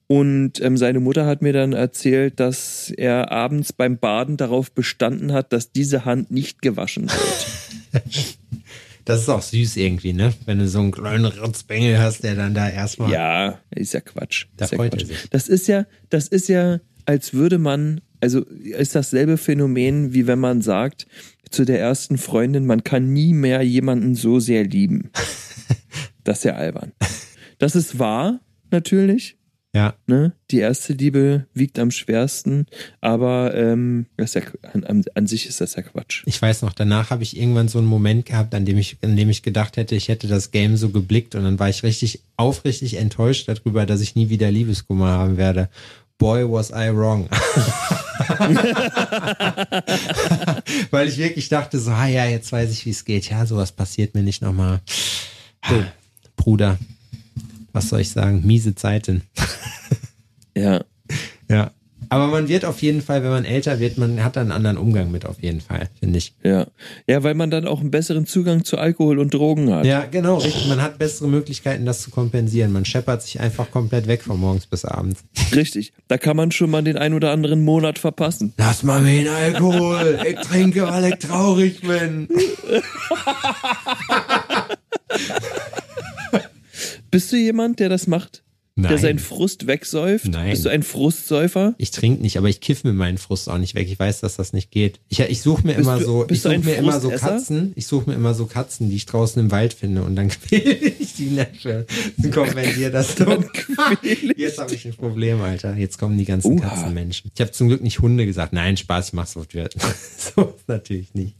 Speaker 1: Und ähm, seine Mutter hat mir dann erzählt, dass er abends beim Baden darauf bestanden hat, dass diese Hand nicht gewaschen wird.
Speaker 2: Das ist auch süß irgendwie, ne? Wenn du so einen kleinen Rotzbengel hast, der dann da erstmal.
Speaker 1: ja, ist ja Quatsch.
Speaker 2: Da
Speaker 1: ist ja
Speaker 2: freut
Speaker 1: Quatsch.
Speaker 2: er sich.
Speaker 1: Das ist ja, das ist ja, als würde man, also ist dasselbe Phänomen, wie wenn man sagt zu der ersten Freundin, man kann nie mehr jemanden so sehr lieben. Das ist ja albern. Das ist wahr, natürlich.
Speaker 2: Ja.
Speaker 1: ne? Die erste Liebe wiegt am schwersten, aber ähm, das ist ja, Qu- an, an, an sich ist das ja Quatsch.
Speaker 2: Ich weiß noch, danach habe ich irgendwann so einen Moment gehabt, an dem ich, an dem ich gedacht hätte, ich hätte das Game so geblickt und dann war ich richtig, aufrichtig enttäuscht darüber, dass ich nie wieder Liebeskummer haben werde. Boy, was I wrong. Weil ich wirklich dachte so, ah ja, jetzt weiß ich, wie es geht. Ja, sowas passiert mir nicht nochmal. Bruder, was soll ich sagen? Miese Zeiten.
Speaker 1: Ja.
Speaker 2: Ja. Aber man wird auf jeden Fall, wenn man älter wird, man hat da einen anderen Umgang mit auf jeden Fall, finde ich.
Speaker 1: Ja. Ja, weil man dann auch einen besseren Zugang zu Alkohol und Drogen hat.
Speaker 2: Ja, genau, richtig. Man hat bessere Möglichkeiten, das zu kompensieren. Man scheppert sich einfach komplett weg von morgens bis abends.
Speaker 1: Richtig. Da kann man schon mal den ein oder anderen Monat verpassen.
Speaker 2: Lass mal meinen Alkohol. Ich trinke, weil ich traurig bin.
Speaker 1: Bist du jemand, der das macht? Der
Speaker 2: Nein.
Speaker 1: seinen Frust wegsäuft?
Speaker 2: Nein.
Speaker 1: Bist du ein Frustsäufer?
Speaker 2: Ich trinke nicht, aber ich kiffe mir meinen Frust auch nicht weg. Ich weiß, dass das nicht geht. Ich, ich suche mir immer
Speaker 1: du-
Speaker 2: so, ich
Speaker 1: bist du
Speaker 2: suche
Speaker 1: ein
Speaker 2: mir immer so
Speaker 1: Frustesser?
Speaker 2: Katzen. Ich suche mir immer so Katzen, die ich draußen im Wald finde und dann quäle ich die natürlich. Und kompensiere das dann. Jetzt habe ich ein Problem, Alter. Jetzt kommen die ganzen
Speaker 1: Oha.
Speaker 2: Katzenmenschen. Ich habe zum Glück nicht Hunde gesagt. Nein, Spaß, ich mach's auf Tür. so ist natürlich nicht.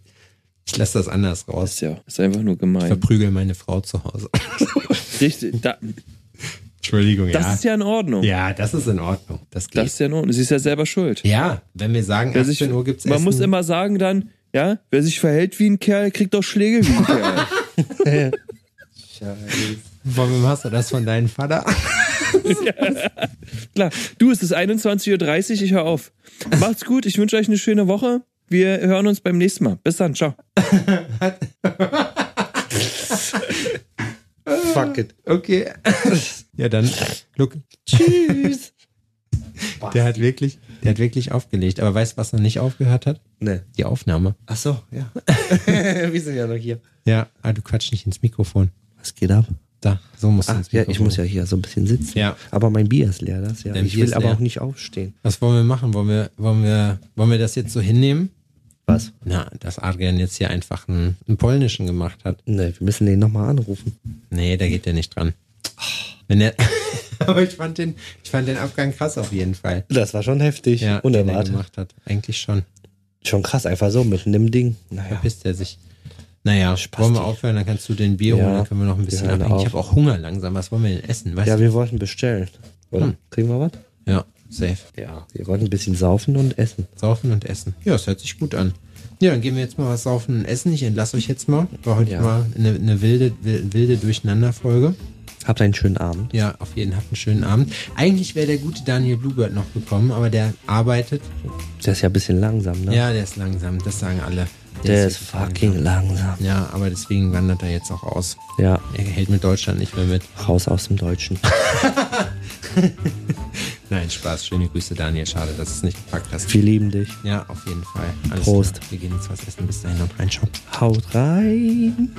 Speaker 2: Ich lasse das anders raus.
Speaker 1: Ist ja, ist einfach nur gemein.
Speaker 2: Verprügel meine Frau zu Hause.
Speaker 1: Richtig. Da,
Speaker 2: Entschuldigung,
Speaker 1: das
Speaker 2: ja.
Speaker 1: ist ja in Ordnung.
Speaker 2: ja, das ist in Ordnung. Das geht.
Speaker 1: Das ist ja in Ordnung. Sie ist ja selber schuld.
Speaker 2: ja, wenn wir sagen,
Speaker 1: Wer sich,
Speaker 2: 18 Uhr gibt's
Speaker 1: man
Speaker 2: Essen.
Speaker 1: muss immer sagen dann, ja, wer sich verhält wie ein Kerl, kriegt auch Schläge wie ein Kerl.
Speaker 2: Warum hast du das von deinem Vater?
Speaker 1: Klar. Du, es ist 21.30 Uhr, ich höre auf. Macht's gut, ich wünsche euch eine schöne Woche. Wir hören uns beim nächsten Mal. Bis dann, ciao.
Speaker 4: Fuck it.
Speaker 2: Okay. Ja, dann, look,
Speaker 4: Tschüss.
Speaker 2: der hat wirklich, der hat wirklich aufgelegt. Aber weißt du, was noch nicht aufgehört hat?
Speaker 4: Ne.
Speaker 2: Die Aufnahme.
Speaker 4: Ach so, ja. Wir sind ja noch hier.
Speaker 2: Ja, ah, du quatsch nicht ins Mikrofon.
Speaker 4: Was geht ab?
Speaker 2: Da, so musst du
Speaker 4: Ah,
Speaker 2: ins
Speaker 4: ja,
Speaker 2: Mikrofon.
Speaker 4: ich muss ja hier so ein bisschen sitzen.
Speaker 2: Ja.
Speaker 4: Aber mein Bier ist leer, das ja.
Speaker 2: Dein
Speaker 4: ich
Speaker 2: Bier
Speaker 4: will
Speaker 2: ist
Speaker 4: aber
Speaker 2: leer.
Speaker 4: auch nicht aufstehen.
Speaker 2: Was wollen wir machen? Wollen wir, wollen wir, wollen wir das jetzt so hinnehmen?
Speaker 4: Was?
Speaker 2: Na, dass Adrian jetzt hier einfach einen, einen polnischen gemacht hat.
Speaker 4: Ne, wir müssen den nochmal anrufen.
Speaker 2: Nee, da geht der nicht dran.
Speaker 4: Oh.
Speaker 2: Wenn er, aber ich fand den, ich fand den Abgang krass auf jeden Fall.
Speaker 4: Das war schon heftig.
Speaker 2: Ja, den er
Speaker 4: Unerwartet.
Speaker 2: gemacht hat. Eigentlich schon.
Speaker 4: Schon krass, einfach so mitten im Ding. Naja.
Speaker 2: Verpisst er sich. Naja, wollen wir aufhören, dann kannst du den Bier holen,
Speaker 4: Ja,
Speaker 2: dann können wir noch ein bisschen
Speaker 4: wir hören
Speaker 2: abhängen. Ich
Speaker 4: auf.
Speaker 2: habe auch Hunger langsam. Was wollen wir denn essen? Weißt
Speaker 4: Ja,
Speaker 2: du?
Speaker 4: wir wollten bestellen. Oder?
Speaker 2: Hm.
Speaker 4: Kriegen wir was?
Speaker 2: ja, safe.
Speaker 4: Ja. Wir wollten ein bisschen saufen und essen.
Speaker 2: Saufen und essen. Ja, das hört sich gut an. Ja, dann gehen wir jetzt mal was saufen und essen. Ich entlasse euch jetzt mal. War heute
Speaker 4: Ja.
Speaker 2: mal eine, eine wilde, wil- wilde Durcheinanderfolge.
Speaker 4: Habt einen schönen Abend.
Speaker 2: Ja, auf jeden Fall einen schönen Abend. Eigentlich wäre der gute Daniel Bluebird noch gekommen, aber der arbeitet.
Speaker 4: Der ist ja ein bisschen langsam, ne?
Speaker 2: Ja, der ist langsam. Das sagen alle.
Speaker 4: Der ist
Speaker 2: wirklich
Speaker 4: fucking langsam.
Speaker 2: Ja, aber deswegen wandert er jetzt auch aus.
Speaker 4: Ja.
Speaker 2: Er hält mit Deutschland nicht mehr mit.
Speaker 4: Raus aus dem Deutschen.
Speaker 2: Nein, Spaß. Schöne Grüße, Daniel. Schade, dass du es nicht gepackt hast.
Speaker 4: Wir lieben dich.
Speaker 2: Ja, auf jeden Fall. Alles
Speaker 4: Prost.
Speaker 2: Klar. Wir gehen jetzt was essen. Bis dahin und reinschauen.
Speaker 4: Haut rein.